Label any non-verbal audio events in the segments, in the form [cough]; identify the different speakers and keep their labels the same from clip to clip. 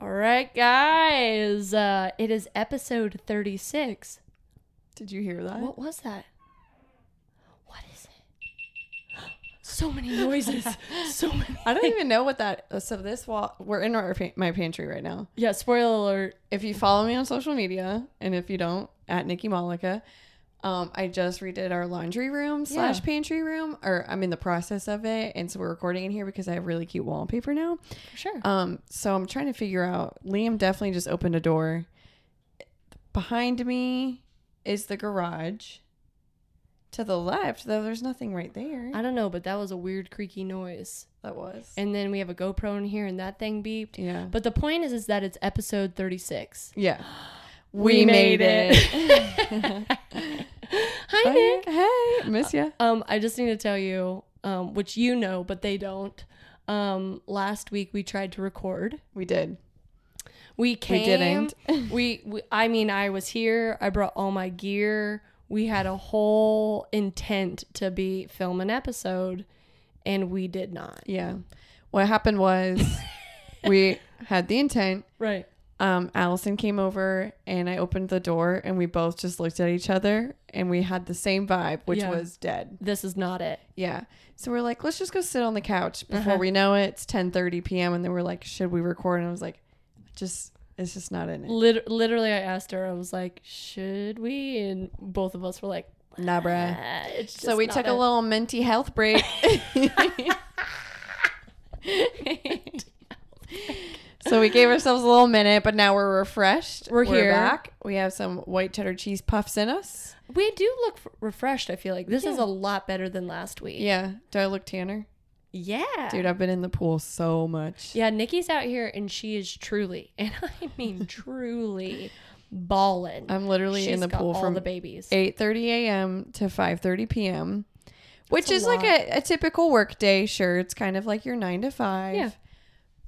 Speaker 1: right, guys. Uh, it is episode 36.
Speaker 2: Did you hear that?
Speaker 1: What was that? What is it? [gasps] so many [laughs] noises. so many. [laughs]
Speaker 2: I don't even know what that. uh, So this wall, we're in our pa- my pantry right now.
Speaker 1: Yeah, spoiler alert.
Speaker 2: If you follow me on social media, and if you don't, at Nikki Malika, um, I just redid our laundry room slash
Speaker 1: Yeah.
Speaker 2: pantry room, or I'm in the process of it, and so we're recording in here because I have really cute wallpaper now.
Speaker 1: For sure.
Speaker 2: Um, so I'm trying to figure out. Liam definitely just opened a door. Behind me is the garage. To the left, though, there's nothing right there.
Speaker 1: I don't know, but that was a weird creaky noise.
Speaker 2: That was.
Speaker 1: And then we have a GoPro in here and that thing beeped.
Speaker 2: yeah.
Speaker 1: But the point is is that it's episode 36.
Speaker 2: Yeah.
Speaker 1: We made Hi,
Speaker 2: [laughs] Hi,
Speaker 1: Nick.
Speaker 2: Nick. Uh, Hey, miss ya.
Speaker 1: Um, I just need to tell you, um, which you know, but they don't. Um, last week we tried to record.
Speaker 2: We did.
Speaker 1: We came.
Speaker 2: didn't.
Speaker 1: we, we, I mean, I was here. I brought all my gear. We had a whole intent to be film an episode, and we did not.
Speaker 2: Yeah. What happened [laughs] was we had the intent.
Speaker 1: Right.
Speaker 2: Um, Allison came over and I opened the door and we both just looked at each other and we had the same vibe, which
Speaker 1: Yeah.
Speaker 2: was dead.
Speaker 1: This is not it.
Speaker 2: Yeah. So we're like, let's just go sit on the couch. Before we know it, it's 10:30 p.m. and then we're like, should we record? And I was like, just it's just not in it.
Speaker 1: Lit- literally, I asked her. I was like, "Should we?" And both of us were like,
Speaker 2: Nah, bruh.
Speaker 1: "Ah, it's just
Speaker 2: So we
Speaker 1: not
Speaker 2: took a
Speaker 1: it."
Speaker 2: little minty
Speaker 1: [laughs]
Speaker 2: health break. [laughs] so we gave ourselves a little minute, but now we're refreshed.
Speaker 1: We're here.
Speaker 2: back. We have some white cheddar cheese puffs in us.
Speaker 1: [laughs] We do look f- refreshed. I feel like this is a lot better than last week.
Speaker 2: Yeah. Do I look tanner?
Speaker 1: Yeah.
Speaker 2: Dude, I've been in the pool so much.
Speaker 1: Yeah, Nikki's out here and she is truly, [laughs] and I mean truly, ballin'.
Speaker 2: I'm literally
Speaker 1: She's
Speaker 2: in the
Speaker 1: got
Speaker 2: pool
Speaker 1: all
Speaker 2: from
Speaker 1: the babies.
Speaker 2: 8:30 a.m. to 5:30 p.m. Which
Speaker 1: a
Speaker 2: is like a, a typical workday. Sure, it's kind of like your nine to five.
Speaker 1: Yeah.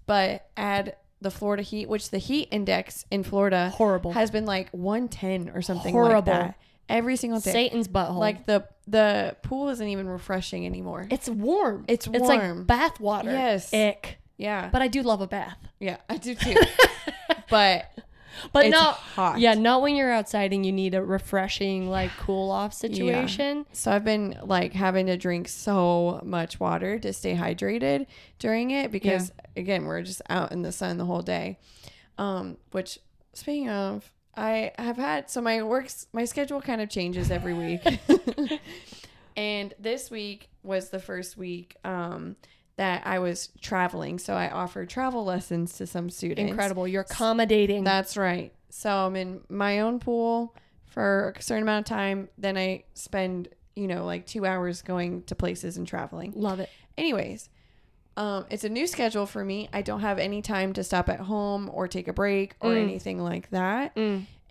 Speaker 2: But add the Florida heat, which the heat index in Florida
Speaker 1: Horrible.
Speaker 2: has been like 110 or something like
Speaker 1: Horrible.
Speaker 2: that every single day.
Speaker 1: Satan's butthole.
Speaker 2: like the the pool isn't even refreshing anymore.
Speaker 1: it's warm.
Speaker 2: It's
Speaker 1: It's like
Speaker 2: warm.
Speaker 1: bath water.
Speaker 2: Yes.
Speaker 1: Ick.
Speaker 2: yeah,
Speaker 1: But I do love a bath.
Speaker 2: yeah, I
Speaker 1: [laughs]
Speaker 2: do too. but
Speaker 1: But
Speaker 2: It's
Speaker 1: not
Speaker 2: hot.
Speaker 1: Yeah, not when you're outside and you need a refreshing like cool off situation.
Speaker 2: So I've been like having to drink so much water to stay hydrated during it because again, we're just out in the sun the whole day. Um, which speaking of, I have had so my works my schedule kind of changes every week. and this week was the first week um that I was traveling. So I offered travel lessons to some students.
Speaker 1: Incredible. You're accommodating.
Speaker 2: That's right. So I'm in my own pool for a certain amount of time. Then I spend, you know, like two hours going to places and traveling.
Speaker 1: love it.
Speaker 2: Anyways, um, it's a new schedule for me. I don't have any time to stop at home or take a break or anything like that.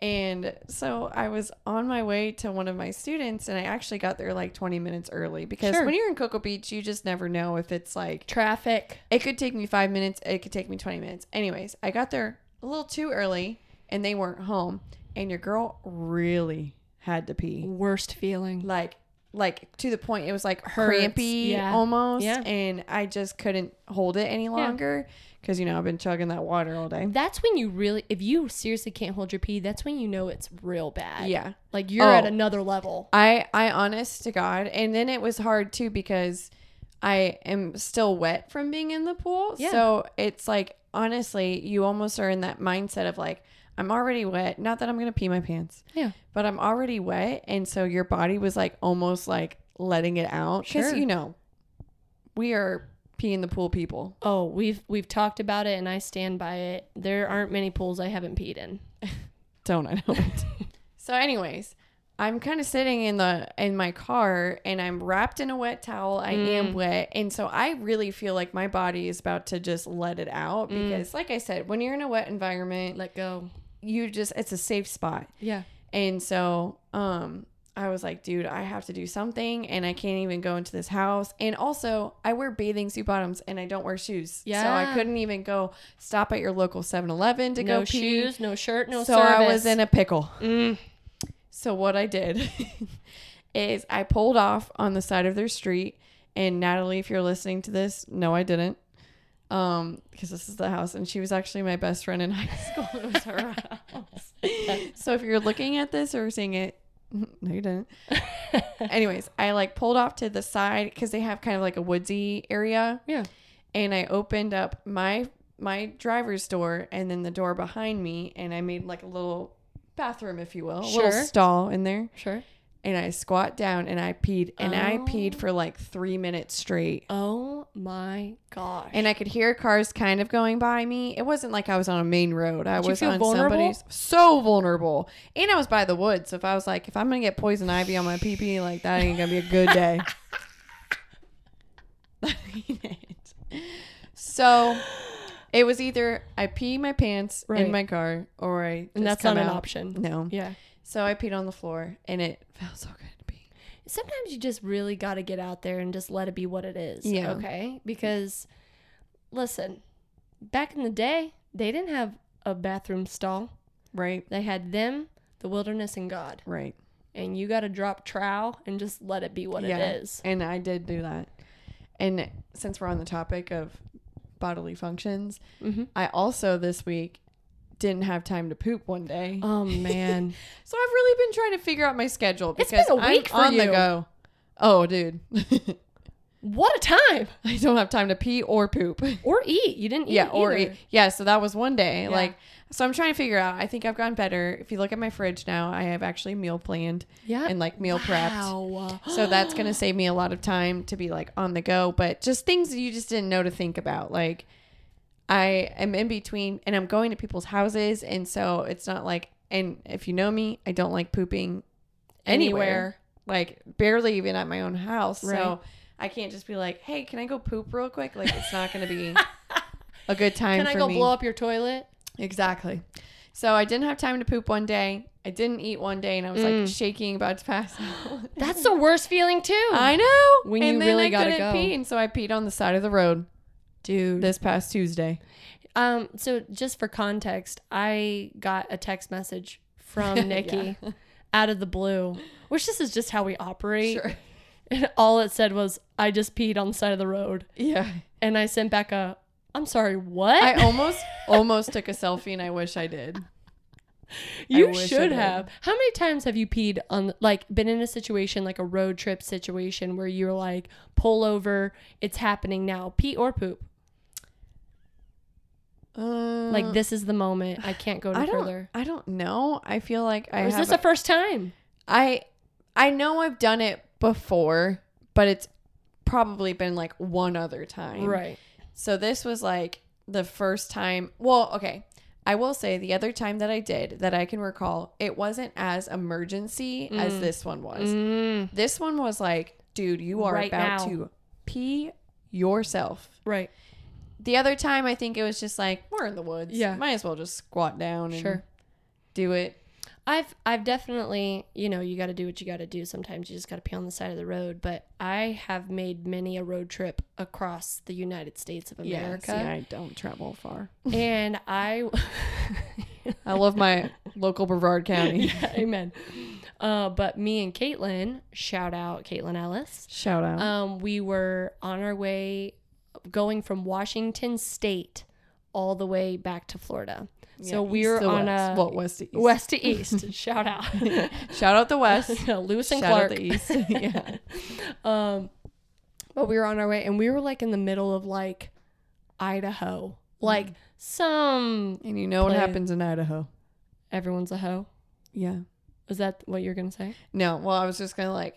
Speaker 2: And so I was on my way to one of my students and I actually got there like 20 minutes early because
Speaker 1: Sure.
Speaker 2: when you're in Cocoa Beach, you just never know if it's like
Speaker 1: Traffic.
Speaker 2: it could take me five minutes. It could take me 20 minutes. Anyways, I got there a little too early and they weren't home. And your girl really had to pee.
Speaker 1: Worst feeling.
Speaker 2: Like, like to the point it was like
Speaker 1: Hurts.
Speaker 2: crampy
Speaker 1: Yeah.
Speaker 2: almost.
Speaker 1: Yeah.
Speaker 2: And I just couldn't hold it any longer because, you know, I've been chugging that water all day.
Speaker 1: That's when you really, if you seriously can't hold your pee, that's when you know it's real bad.
Speaker 2: Yeah.
Speaker 1: Like you're at
Speaker 2: Oh.
Speaker 1: another level.
Speaker 2: I, I honest to God. And then it was hard too because I am still wet from being in the pool.
Speaker 1: Yeah.
Speaker 2: So it's like, honestly, you almost are in that mindset of like, I'm already wet. Not that I'm going to pee my pants.
Speaker 1: Yeah.
Speaker 2: but I'm already wet. And so your body was like almost like letting it out. Because,
Speaker 1: Sure.
Speaker 2: you know, we are pee in the pool people.
Speaker 1: Oh, we've we've talked about it and I stand by it. There aren't many pools I haven't peed in.
Speaker 2: Don't I know it? [laughs] so, anyways, I'm kind of sitting in the in my car and I'm wrapped in a wet towel. I
Speaker 1: Mm.
Speaker 2: am wet. And so I really feel like my body is about to just let it out
Speaker 1: Mm.
Speaker 2: because like I said, when you're in a wet environment,
Speaker 1: Let
Speaker 2: like
Speaker 1: go.
Speaker 2: you just it's a safe spot.
Speaker 1: Yeah.
Speaker 2: And so, um, I was like, dude, I have to do something and I can't even go into this house. And also, I wear bathing suit bottoms and I don't wear shoes. So
Speaker 1: Yeah.
Speaker 2: I couldn't even go stop at your local 7 Eleven to
Speaker 1: No
Speaker 2: go pee.
Speaker 1: shoes, no shirt, no
Speaker 2: so
Speaker 1: service.
Speaker 2: I was in a Mm. pickle.
Speaker 1: [laughs]
Speaker 2: So what I did [laughs] is I pulled off on the side of their street. And Natalie, if you're listening to this, no, I didn't. um because this is the house and she was actually my best friend in [laughs] high school it was her house so if you're looking at this or seeing it [laughs] no you didn't anyways i like pulled off to the side because they have kind of like a woodsy area
Speaker 1: Yeah.
Speaker 2: and i opened up my my driver's door and then the door behind me and i made like a little bathroom if you will a
Speaker 1: Sure.
Speaker 2: little stall in there
Speaker 1: Sure.
Speaker 2: and i squat down and i peed and i
Speaker 1: Oh.
Speaker 2: peed for like three minutes straight
Speaker 1: Oh my gosh.
Speaker 2: and I could hear cars kind of going by me. It wasn't like I was on a main road. I
Speaker 1: Did you
Speaker 2: was
Speaker 1: feel
Speaker 2: on
Speaker 1: vulnerable?
Speaker 2: somebody's so vulnerable, and I was by the woods. So if I was like, if I'm gonna get poison ivy on my pee pee, like that ain't gonna be a good
Speaker 1: [laughs]
Speaker 2: day. [laughs] That ain't it. So it was either I pee my pants
Speaker 1: Right.
Speaker 2: in my car, or I just
Speaker 1: And that's
Speaker 2: come
Speaker 1: not an
Speaker 2: out.
Speaker 1: option.
Speaker 2: No.
Speaker 1: Yeah.
Speaker 2: So I peed on the floor, and it felt so good to pee.
Speaker 1: Sometimes you just really got to get out there and just let it be what it is.
Speaker 2: Yeah.
Speaker 1: Okay. Because listen, back in the day, they didn't have a bathroom stall.
Speaker 2: Right.
Speaker 1: They had them, the wilderness, and God.
Speaker 2: Right.
Speaker 1: And you got to drop trowel and just let it be what
Speaker 2: Yeah.
Speaker 1: it is.
Speaker 2: And I did do that. And since we're on the topic of bodily functions,
Speaker 1: Mm-hmm.
Speaker 2: I also this week didn't have time to poop one day.
Speaker 1: Oh
Speaker 2: [laughs]
Speaker 1: man.
Speaker 2: so I've really been trying to figure out my schedule
Speaker 1: It's
Speaker 2: because
Speaker 1: been a week
Speaker 2: I'm
Speaker 1: for
Speaker 2: on the
Speaker 1: you.
Speaker 2: go. Oh, dude. [laughs]
Speaker 1: what a time.
Speaker 2: I don't have time to pee or poop.
Speaker 1: Or eat. You didn't eat.
Speaker 2: [laughs] Yeah, or
Speaker 1: either.
Speaker 2: eat. yeah. So that was one day.
Speaker 1: Yeah.
Speaker 2: Like, so I'm trying to figure out. I think I've gotten better. If you look at my fridge now, I have actually meal planned
Speaker 1: Yeah.
Speaker 2: and like meal prepped.
Speaker 1: Wow.
Speaker 2: So that's going to save me a lot of time to be like on the go, but just things that you just didn't know to think about. Like I am in between and I'm going to people's houses. And so it's not like, and if you know me, I don't like pooping anywhere,
Speaker 1: Anywhere.
Speaker 2: like barely even at my own house.
Speaker 1: Right.
Speaker 2: So I can't just be like, hey, can I go poop real quick? Like it's not going to
Speaker 1: [laughs]
Speaker 2: be a good time
Speaker 1: Can I
Speaker 2: for
Speaker 1: go
Speaker 2: me.
Speaker 1: blow up your toilet?
Speaker 2: Exactly. So I didn't have time to poop one day. I didn't eat one day and I was like
Speaker 1: Mm.
Speaker 2: shaking about to pass out.
Speaker 1: That's
Speaker 2: [laughs]
Speaker 1: the worst feeling too.
Speaker 2: I know.
Speaker 1: When you
Speaker 2: and then
Speaker 1: really
Speaker 2: I
Speaker 1: gotta
Speaker 2: couldn't
Speaker 1: go.
Speaker 2: Pee, and so I peed on the side of the road
Speaker 1: Dude.
Speaker 2: this past Tuesday.
Speaker 1: Um, so just for context, I got a text message
Speaker 2: [laughs]
Speaker 1: from Nikki out of the blue, which this is just how we operate. [laughs] And all it said was, I just peed on the side of the road.
Speaker 2: Yeah.
Speaker 1: And I sent back a, I'm sorry, what? [laughs]
Speaker 2: I almost almost took a selfie and I wish I did.
Speaker 1: you
Speaker 2: wish I
Speaker 1: should
Speaker 2: did.
Speaker 1: have. How many times have you peed on, like, been in a situation, like a road trip situation where you're like, pull over, it's happening now, pee or poop? Like,
Speaker 2: Uh,
Speaker 1: this is the moment. I can't go
Speaker 2: I
Speaker 1: no
Speaker 2: don't
Speaker 1: further.
Speaker 2: I don't know. I feel like I
Speaker 1: Or is
Speaker 2: have
Speaker 1: this the first time?
Speaker 2: I I know I've done it before, but it's probably been like one other time.
Speaker 1: Right.
Speaker 2: So this was like the first time. Well, okay. I will say the other time that I did that I can recall, it wasn't as emergency as this one was.
Speaker 1: Mm,
Speaker 2: This one was like, dude, you are
Speaker 1: Right
Speaker 2: about
Speaker 1: now.
Speaker 2: to pee yourself.
Speaker 1: right.
Speaker 2: The other time, I think it was just like, we're in the woods.
Speaker 1: Yeah.
Speaker 2: Might as well just squat down and
Speaker 1: Sure.
Speaker 2: do it.
Speaker 1: I've I've definitely, you know, you got to do what you got to do. Sometimes you just got to pee on the side of the road, but I have made many a road trip across the United States of America.
Speaker 2: Yeah, see, I don't travel far.
Speaker 1: [laughs] And I
Speaker 2: I
Speaker 1: [laughs]
Speaker 2: love my local Brevard County.
Speaker 1: Yeah, amen. Uh, but me and Caitlin, shout out Caitlin Ellis.
Speaker 2: Shout out.
Speaker 1: Um, we were on our way going from Washington state all the way back to Florida. so we were
Speaker 2: East to
Speaker 1: on
Speaker 2: west.
Speaker 1: a
Speaker 2: Well, west to east.
Speaker 1: west to
Speaker 2: [laughs]
Speaker 1: east. shout out.
Speaker 2: Shout out
Speaker 1: [laughs]
Speaker 2: the west.
Speaker 1: Lewis and
Speaker 2: Shout
Speaker 1: Clark. [laughs]
Speaker 2: out the east. yeah.
Speaker 1: Um, but we were on our way, and we were like in the middle of like Idaho, like some
Speaker 2: [laughs] And you know what
Speaker 1: Play.
Speaker 2: happens in Idaho.
Speaker 1: everyone's a hoe.
Speaker 2: Yeah.
Speaker 1: Is that what you're gonna say?
Speaker 2: No, well, I was just going to like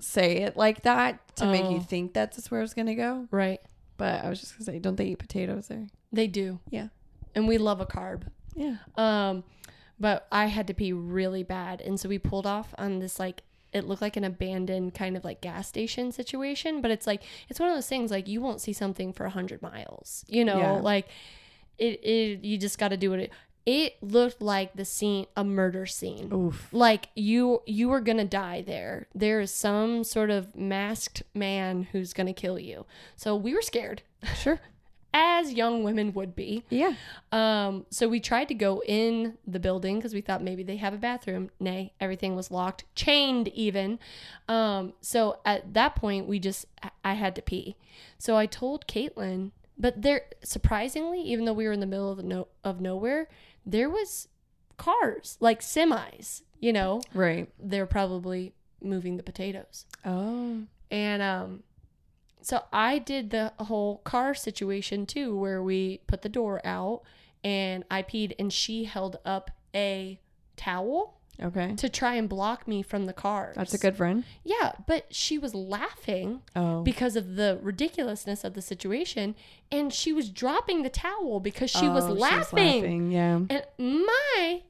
Speaker 2: say it like that to make
Speaker 1: Oh.
Speaker 2: you think that's where I was going to go.
Speaker 1: Right?
Speaker 2: But I was just gonna say, don't they eat potatoes there?
Speaker 1: They do.
Speaker 2: Yeah.
Speaker 1: and we love a carb.
Speaker 2: Yeah.
Speaker 1: Um, but I had to pee really bad, and so we pulled off on this like it looked like an abandoned kind of like gas station situation. But it's like it's one of those things like you won't see something for a hundred miles, you know,
Speaker 2: Yeah.
Speaker 1: like it, it. You just got to do it. It looked like the scene, a murder scene.
Speaker 2: Oof.
Speaker 1: like you you are gonna die there there is some sort of masked man who's gonna kill you so we were scared
Speaker 2: Sure.
Speaker 1: as young women would be
Speaker 2: Yeah.
Speaker 1: um so we tried to go in the building because we thought maybe they have a bathroom nay everything was locked chained even um so at that point we just I- i had to pee so i told caitlin But there, surprisingly, even though we were in the middle of the no, of nowhere, there was cars like semis. You know,
Speaker 2: Right.
Speaker 1: they're probably moving the potatoes.
Speaker 2: Oh.
Speaker 1: And um, so I did the whole car situation too, where we put the door out and I peed, and she held up a towel
Speaker 2: Okay.
Speaker 1: to try and block me from the cars.
Speaker 2: That's a good run.
Speaker 1: Yeah, but she was laughing
Speaker 2: Oh.
Speaker 1: because of the ridiculousness of the situation, and she was dropping the towel because she was
Speaker 2: Oh, she's
Speaker 1: laughing.
Speaker 2: Yeah.
Speaker 1: And my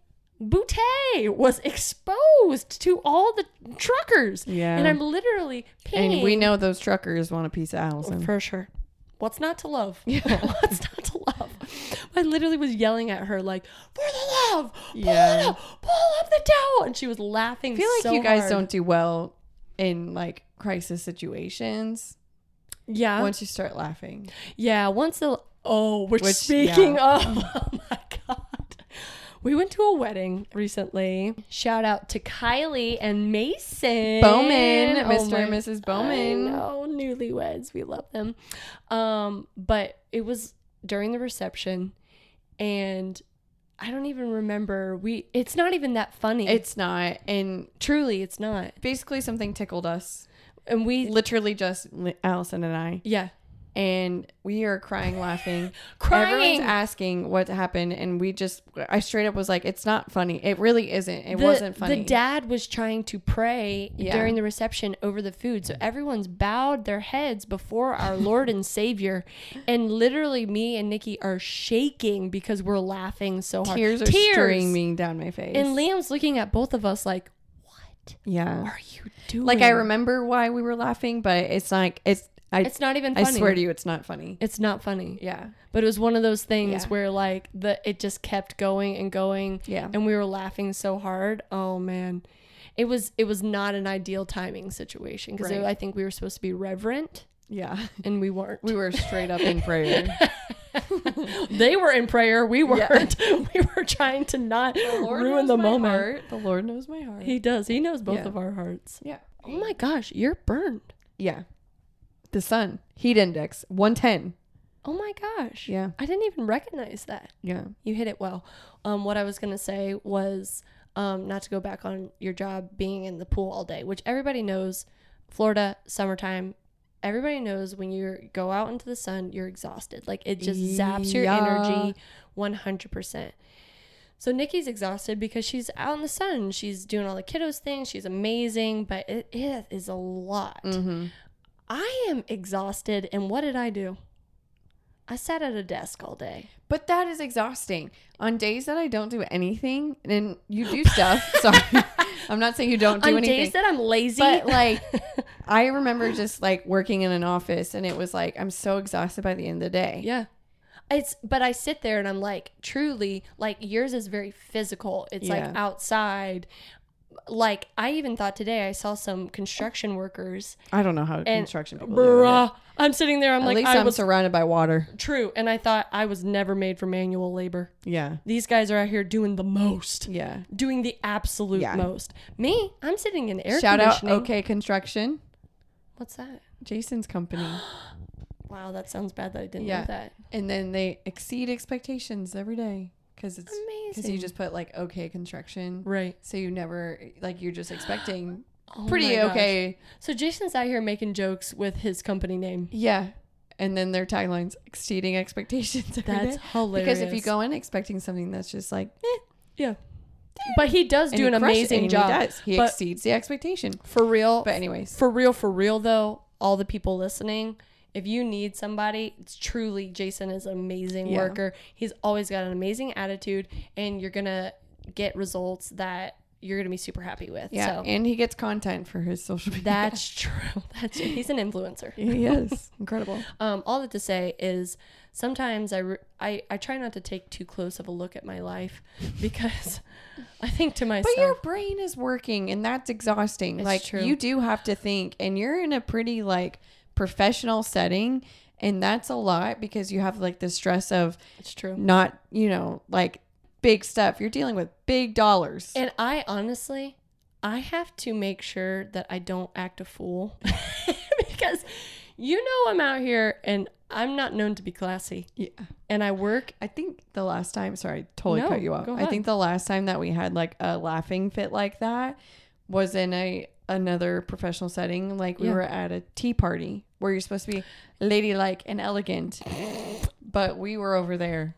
Speaker 1: bootay was exposed to all the truckers.
Speaker 2: Yeah.
Speaker 1: And I'm literally peeing.
Speaker 2: And we know those truckers want a piece of Allison.
Speaker 1: For sure. Mm. What's not to
Speaker 2: [laughs]
Speaker 1: love? [laughs] What's not to love? I literally was yelling at her like, "For the love, pull
Speaker 2: Yeah.
Speaker 1: it up, pull up the towel," and she was laughing.
Speaker 2: I feel like
Speaker 1: so
Speaker 2: you guys
Speaker 1: hard.
Speaker 2: don't do well in like crisis situations
Speaker 1: Yeah.
Speaker 2: once you start laughing.
Speaker 1: Yeah, once the oh, which,
Speaker 2: Which-
Speaker 1: speaking of, [laughs] oh my god, we went to a wedding recently. Shout out to Kylie and Mason
Speaker 2: Bowman,
Speaker 1: Oh
Speaker 2: Mr. and
Speaker 1: my-
Speaker 2: Mrs.
Speaker 1: I
Speaker 2: Bowman.
Speaker 1: know, newlyweds, we love them. Um, but it was during the reception, and I don't even remember. We it's not even that funny.
Speaker 2: It's not. And
Speaker 1: truly, it's not.
Speaker 2: basically, something tickled us.
Speaker 1: And we
Speaker 2: Literally, just li- Allison and I.
Speaker 1: yeah,
Speaker 2: And we are
Speaker 1: [laughs]
Speaker 2: crying, laughing.
Speaker 1: crying.
Speaker 2: Everyone's asking what happened. And we just, I straight up was like, it's not funny. It really isn't. It
Speaker 1: the-
Speaker 2: wasn't funny.
Speaker 1: The dad was trying to pray
Speaker 2: Yeah.
Speaker 1: during the reception over the food. So everyone's bowed their heads before our Lord and Savior. And literally, me and Nikki are shaking because we're laughing so hard.
Speaker 2: Tears are streaming down my face.
Speaker 1: And Liam's looking at both of us like, what
Speaker 2: yeah.
Speaker 1: are you doing?
Speaker 2: Like, I remember why we were laughing, but it's like, it's, I,
Speaker 1: It's not even
Speaker 2: I
Speaker 1: funny.
Speaker 2: swear to you, it's not funny.
Speaker 1: It's not funny.
Speaker 2: Yeah.
Speaker 1: But it was one of those things
Speaker 2: Yeah.
Speaker 1: where like the it just kept going and going.
Speaker 2: Yeah.
Speaker 1: And we were laughing so hard. Oh man. It was it was not an ideal timing situation because
Speaker 2: Right.
Speaker 1: I think we were supposed to be reverent
Speaker 2: [laughs] Yeah.
Speaker 1: and we weren't.
Speaker 2: We were straight
Speaker 1: [laughs]
Speaker 2: up in prayer.
Speaker 1: they were in prayer, we weren't. [laughs] we were trying to not ruin the moment.
Speaker 2: The Lord knows my heart.
Speaker 1: He does. He knows both
Speaker 2: Yeah.
Speaker 1: of our hearts.
Speaker 2: yeah.
Speaker 1: Oh my gosh, you're burned.
Speaker 2: Yeah. The sun, heat index, 110.
Speaker 1: Oh my gosh.
Speaker 2: Yeah.
Speaker 1: I didn't even recognize that.
Speaker 2: Yeah.
Speaker 1: You hit it well. Um, what I was gonna say was um, not to go back on your job being in the pool all day, which everybody knows. Florida summertime, everybody knows when you go out into the sun, you're exhausted. Like it just zaps your
Speaker 2: Yeah.
Speaker 1: energy, one hundred percent. So Nikki's exhausted because she's out in the sun. She's doing all the kiddos things. She's amazing, but it, it is a lot.
Speaker 2: Mm-hmm.
Speaker 1: I am exhausted, and what did I do? I sat at a desk all day.
Speaker 2: But that is exhausting. On days that I don't do anything, and you
Speaker 1: [laughs]
Speaker 2: do stuff. sorry. I'm not saying you don't do
Speaker 1: on
Speaker 2: anything.
Speaker 1: days that I'm lazy. [laughs]
Speaker 2: but like I remember just like working in an office and it was like I'm so exhausted by the end of the day.
Speaker 1: yeah. It's but I sit there and I'm like truly like yours is very physical. It's
Speaker 2: Yeah.
Speaker 1: like outside. Like I even thought today I saw some construction workers.
Speaker 2: I don't know how construction people do it.
Speaker 1: Bruh, I'm sitting there I'm
Speaker 2: At
Speaker 1: like
Speaker 2: least
Speaker 1: I
Speaker 2: I'm
Speaker 1: was
Speaker 2: surrounded by water.
Speaker 1: true and I thought I was never made for manual labor.
Speaker 2: Yeah.
Speaker 1: These guys are out here doing the most.
Speaker 2: Yeah.
Speaker 1: Doing the absolute
Speaker 2: Yeah.
Speaker 1: most. Me, I'm sitting in air
Speaker 2: Shout out
Speaker 1: conditioning.
Speaker 2: OK Construction,
Speaker 1: What's that? [gasps]
Speaker 2: Jason's company.
Speaker 1: Wow, that sounds bad that I didn't
Speaker 2: Yeah.
Speaker 1: know that.
Speaker 2: and then they exceed expectations every day because it's because
Speaker 1: Amazing.
Speaker 2: you just put like OK Construction.
Speaker 1: Right.
Speaker 2: So you never like you're just expecting
Speaker 1: Oh
Speaker 2: pretty
Speaker 1: my gosh.
Speaker 2: okay.
Speaker 1: So Jason's out here making jokes with his company name.
Speaker 2: Yeah. And then their taglines exceeding expectations. [laughs] every
Speaker 1: That's
Speaker 2: day.
Speaker 1: hilarious.
Speaker 2: Because if you go in expecting something that's just like eh,
Speaker 1: yeah, but he does
Speaker 2: and
Speaker 1: do
Speaker 2: he
Speaker 1: an
Speaker 2: crushes it,
Speaker 1: amazing
Speaker 2: and
Speaker 1: job.
Speaker 2: He, does. he
Speaker 1: but
Speaker 2: exceeds the expectation.
Speaker 1: for real,
Speaker 2: But anyways,
Speaker 1: for real, for real though, all the people listening, if you need somebody, it's truly Jason is an amazing
Speaker 2: Yeah.
Speaker 1: worker. He's always got an amazing attitude, and you're gonna get results that you're gonna be super happy with.
Speaker 2: yeah,
Speaker 1: so
Speaker 2: and he gets content for his social media.
Speaker 1: that's [laughs] true. That's he's an influencer.
Speaker 2: [laughs] he is [laughs] incredible.
Speaker 1: Um, all that to say is sometimes I, re- I I try not to take too close of a look at my life [laughs] because I think to myself,
Speaker 2: But your brain is working and that's exhausting. like
Speaker 1: true.
Speaker 2: you do have to think and you're in a pretty like professional setting and that's a lot because you have like the stress of
Speaker 1: it's true.
Speaker 2: not, you know, like big stuff. You're dealing with big dollars.
Speaker 1: And I honestly, I have to make [laughs] sure that I don't act a fool because you know I'm out here and I'm not known to be
Speaker 2: [laughs]
Speaker 1: classy,
Speaker 2: Yeah.
Speaker 1: and I work.
Speaker 2: I think the last time, sorry, I totally
Speaker 1: No,
Speaker 2: cut you off.
Speaker 1: go
Speaker 2: I think the last time that we had like a laughing fit like that was in a another professional setting. Like we
Speaker 1: Yeah.
Speaker 2: were at a tea party where you're supposed to be ladylike and elegant, but we were over there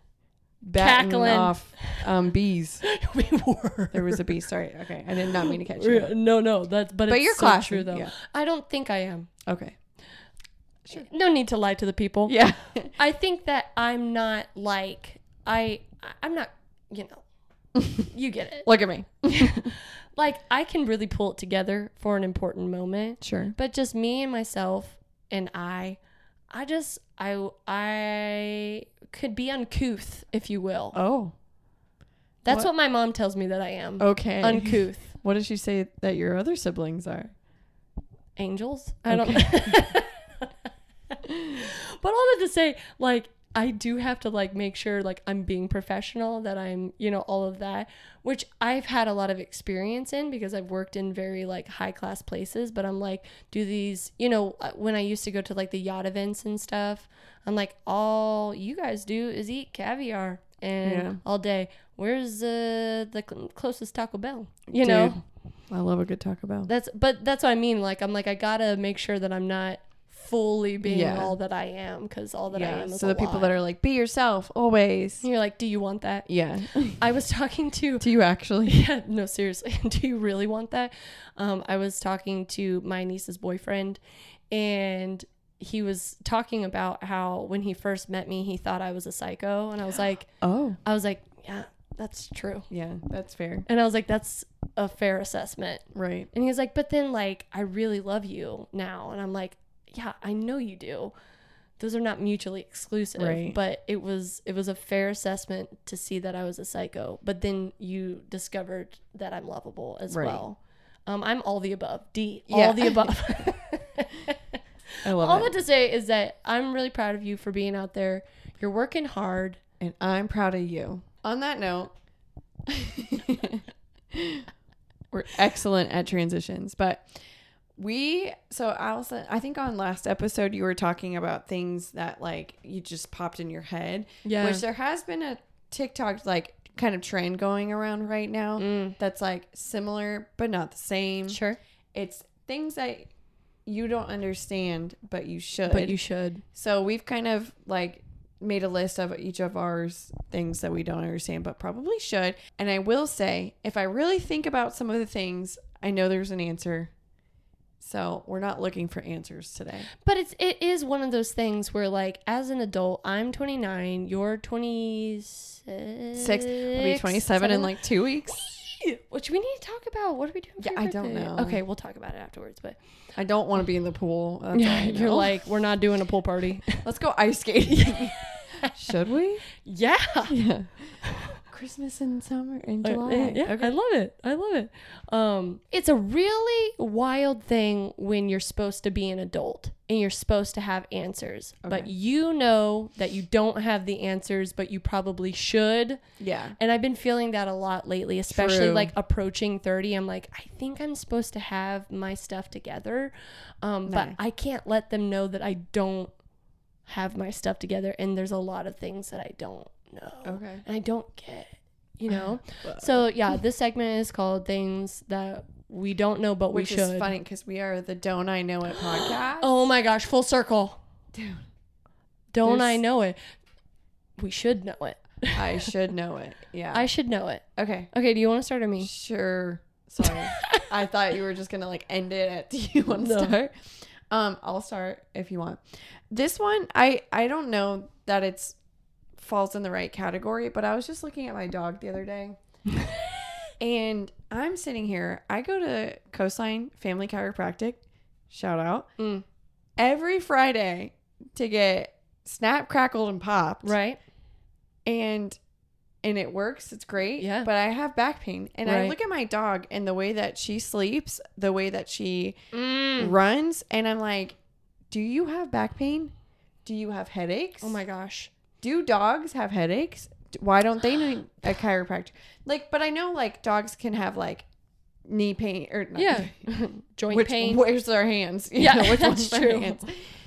Speaker 2: batting
Speaker 1: Cackling.
Speaker 2: off um, bees.
Speaker 1: we work.
Speaker 2: There was a bee. Sorry, okay, I did not mean to catch you. off.
Speaker 1: No, no, that's but,
Speaker 2: But
Speaker 1: it's
Speaker 2: you're
Speaker 1: so
Speaker 2: classy,
Speaker 1: true though.
Speaker 2: yeah.
Speaker 1: I don't think I am.
Speaker 2: Okay.
Speaker 1: No need to lie to the people.
Speaker 2: Yeah.
Speaker 1: I think that I'm not like I I'm not, you know.
Speaker 2: [laughs]
Speaker 1: you get it.
Speaker 2: Look at me.
Speaker 1: Like I can really pull it together for an important moment,
Speaker 2: [laughs] Sure.
Speaker 1: but just me and myself and I I just I I could be uncouth, if you will.
Speaker 2: Oh.
Speaker 1: That's
Speaker 2: what-
Speaker 1: what? my mom tells me that I am.
Speaker 2: Okay.
Speaker 1: Uncouth.
Speaker 2: What did she say that your other siblings are?
Speaker 1: angels. I don't. [laughs] but all that to say, like, I do have to like make sure like I'm being professional, that I'm, you know, all of that, which I've had a lot of experience in because I've worked in very like high class places. But I'm like, do these, you know, uh, when I used to go to like the yacht events and stuff, I'm like, all you guys do is eat caviar and
Speaker 2: Yeah.
Speaker 1: all day. Where's uh, the cl- closest Taco Bell? You know,
Speaker 2: Dude, I love a good Taco Bell.
Speaker 1: that's but that's what I mean. Like I'm like I gotta make sure that I'm not fully being
Speaker 2: Yeah.
Speaker 1: all that I am because all that I
Speaker 2: yeah.
Speaker 1: am is
Speaker 2: So the people that are like, be yourself always.
Speaker 1: you're like, do you want that?
Speaker 2: [laughs] Yeah.
Speaker 1: I was talking to [laughs]
Speaker 2: Do you actually?
Speaker 1: yeah, no seriously, [laughs] do you really want that? Um, I was talking to my niece's boyfriend, and he was talking about how when he first met me, he thought I was a psycho, and I
Speaker 2: [gasps]
Speaker 1: was like,
Speaker 2: [laughs] Oh.
Speaker 1: I was like, yeah, that's true,
Speaker 2: Yeah, that's fair.
Speaker 1: and I was like, that's a fair assessment.
Speaker 2: Right.
Speaker 1: And he was like, but then like I really love you now. And I'm like, yeah, I know you do. Those are not mutually exclusive.
Speaker 2: Right.
Speaker 1: But it was it was a fair assessment to see that I was a psycho. But then you discovered that I'm lovable as
Speaker 2: Right.
Speaker 1: well. Um, I'm all the above. D.
Speaker 2: Yeah.
Speaker 1: All the above. [laughs]
Speaker 2: I [laughs] love
Speaker 1: all
Speaker 2: it.
Speaker 1: that to say is that I'm really proud of you for being out there. You're working hard.
Speaker 2: and I'm proud of you. On that note, [laughs] we're excellent at transitions, but we so Allison, I think on last episode you were talking about things that like you just popped in your head.
Speaker 1: Yeah.
Speaker 2: Which there has been a TikTok like kind of trend going around right now that's like similar but not the same.
Speaker 1: Mm. Sure.
Speaker 2: It's things that you don't understand but you should.
Speaker 1: But you should.
Speaker 2: So we've kind of like made a list of each of ours things that we don't understand but probably should. And I will say, if I really think about some of the things, I know there's an answer. So we're not looking for answers today.
Speaker 1: But it's it is one of those things where like as an adult, I'm 29, you're 26,
Speaker 2: Six, I'll be 27 in like two weeks.
Speaker 1: which we need to talk about. What are we doing? for
Speaker 2: Yeah,
Speaker 1: your
Speaker 2: I don't
Speaker 1: birthday?
Speaker 2: know.
Speaker 1: Okay, we'll talk about it afterwards. But
Speaker 2: I don't want to be in the pool. That's
Speaker 1: [laughs]
Speaker 2: all I
Speaker 1: you're
Speaker 2: know.
Speaker 1: like, we're not doing a pool
Speaker 2: [laughs]
Speaker 1: party.
Speaker 2: let's go ice skating.
Speaker 1: [laughs]
Speaker 2: should we?
Speaker 1: yeah, Uh,
Speaker 2: Yeah. [laughs] Christmas in summer in July.
Speaker 1: yeah,
Speaker 2: Okay.
Speaker 1: I love it. I love it. Um, it's a really wild thing when you're supposed to be an adult and you're supposed to have answers, but
Speaker 2: Okay.
Speaker 1: you know that you don't have the answers, but you probably should.
Speaker 2: Yeah.
Speaker 1: And I've been feeling that a lot lately, especially
Speaker 2: True.
Speaker 1: like approaching 30. I'm like, I think I'm supposed to have my stuff together, um, but
Speaker 2: Nice.
Speaker 1: I can't let them know that I don't have my stuff together. And there's a lot of things that I don't know
Speaker 2: Okay.
Speaker 1: and I don't get, you
Speaker 2: [sighs]
Speaker 1: know? so, yeah, this segment is called Things That We Don't Know But
Speaker 2: Which
Speaker 1: We
Speaker 2: is
Speaker 1: Should.
Speaker 2: funny because we are the Don't I Know It podcast.
Speaker 1: Oh my gosh, full circle.
Speaker 2: Dude.
Speaker 1: Don't I
Speaker 2: There's-
Speaker 1: know it? We should know it.
Speaker 2: I should know it. Yeah.
Speaker 1: I should know it.
Speaker 2: okay.
Speaker 1: Okay, do you want to start or me?
Speaker 2: Sure. Sorry. [laughs] I thought you were just gonna like end it at [laughs] do you want to
Speaker 1: No.
Speaker 2: start? Um, I'll start if you want. This one, I I don't know that it's falls in the right category, but I was just looking at my dog the other [laughs] day. and I'm sitting here. I go to Coastline Family Chiropractic, shout out,
Speaker 1: Mm.
Speaker 2: every Friday to get snap crackled and popped
Speaker 1: Right?
Speaker 2: and and it works it's great
Speaker 1: Yeah.
Speaker 2: but i have back pain and i
Speaker 1: Right.
Speaker 2: look at my dog and the way that she sleeps the way that she
Speaker 1: Mm.
Speaker 2: runs and i'm like do you have back pain do you have headaches
Speaker 1: Oh my gosh.
Speaker 2: do dogs have headaches D- why don't they need
Speaker 1: [sighs]
Speaker 2: a chiropractor like but i know like dogs can have like knee pain or not
Speaker 1: Yeah. Joint
Speaker 2: which,
Speaker 1: pain.
Speaker 2: where's their hands [laughs] You
Speaker 1: Yeah,
Speaker 2: know,
Speaker 1: [laughs]
Speaker 2: which
Speaker 1: that's
Speaker 2: one's their
Speaker 1: true.
Speaker 2: hands?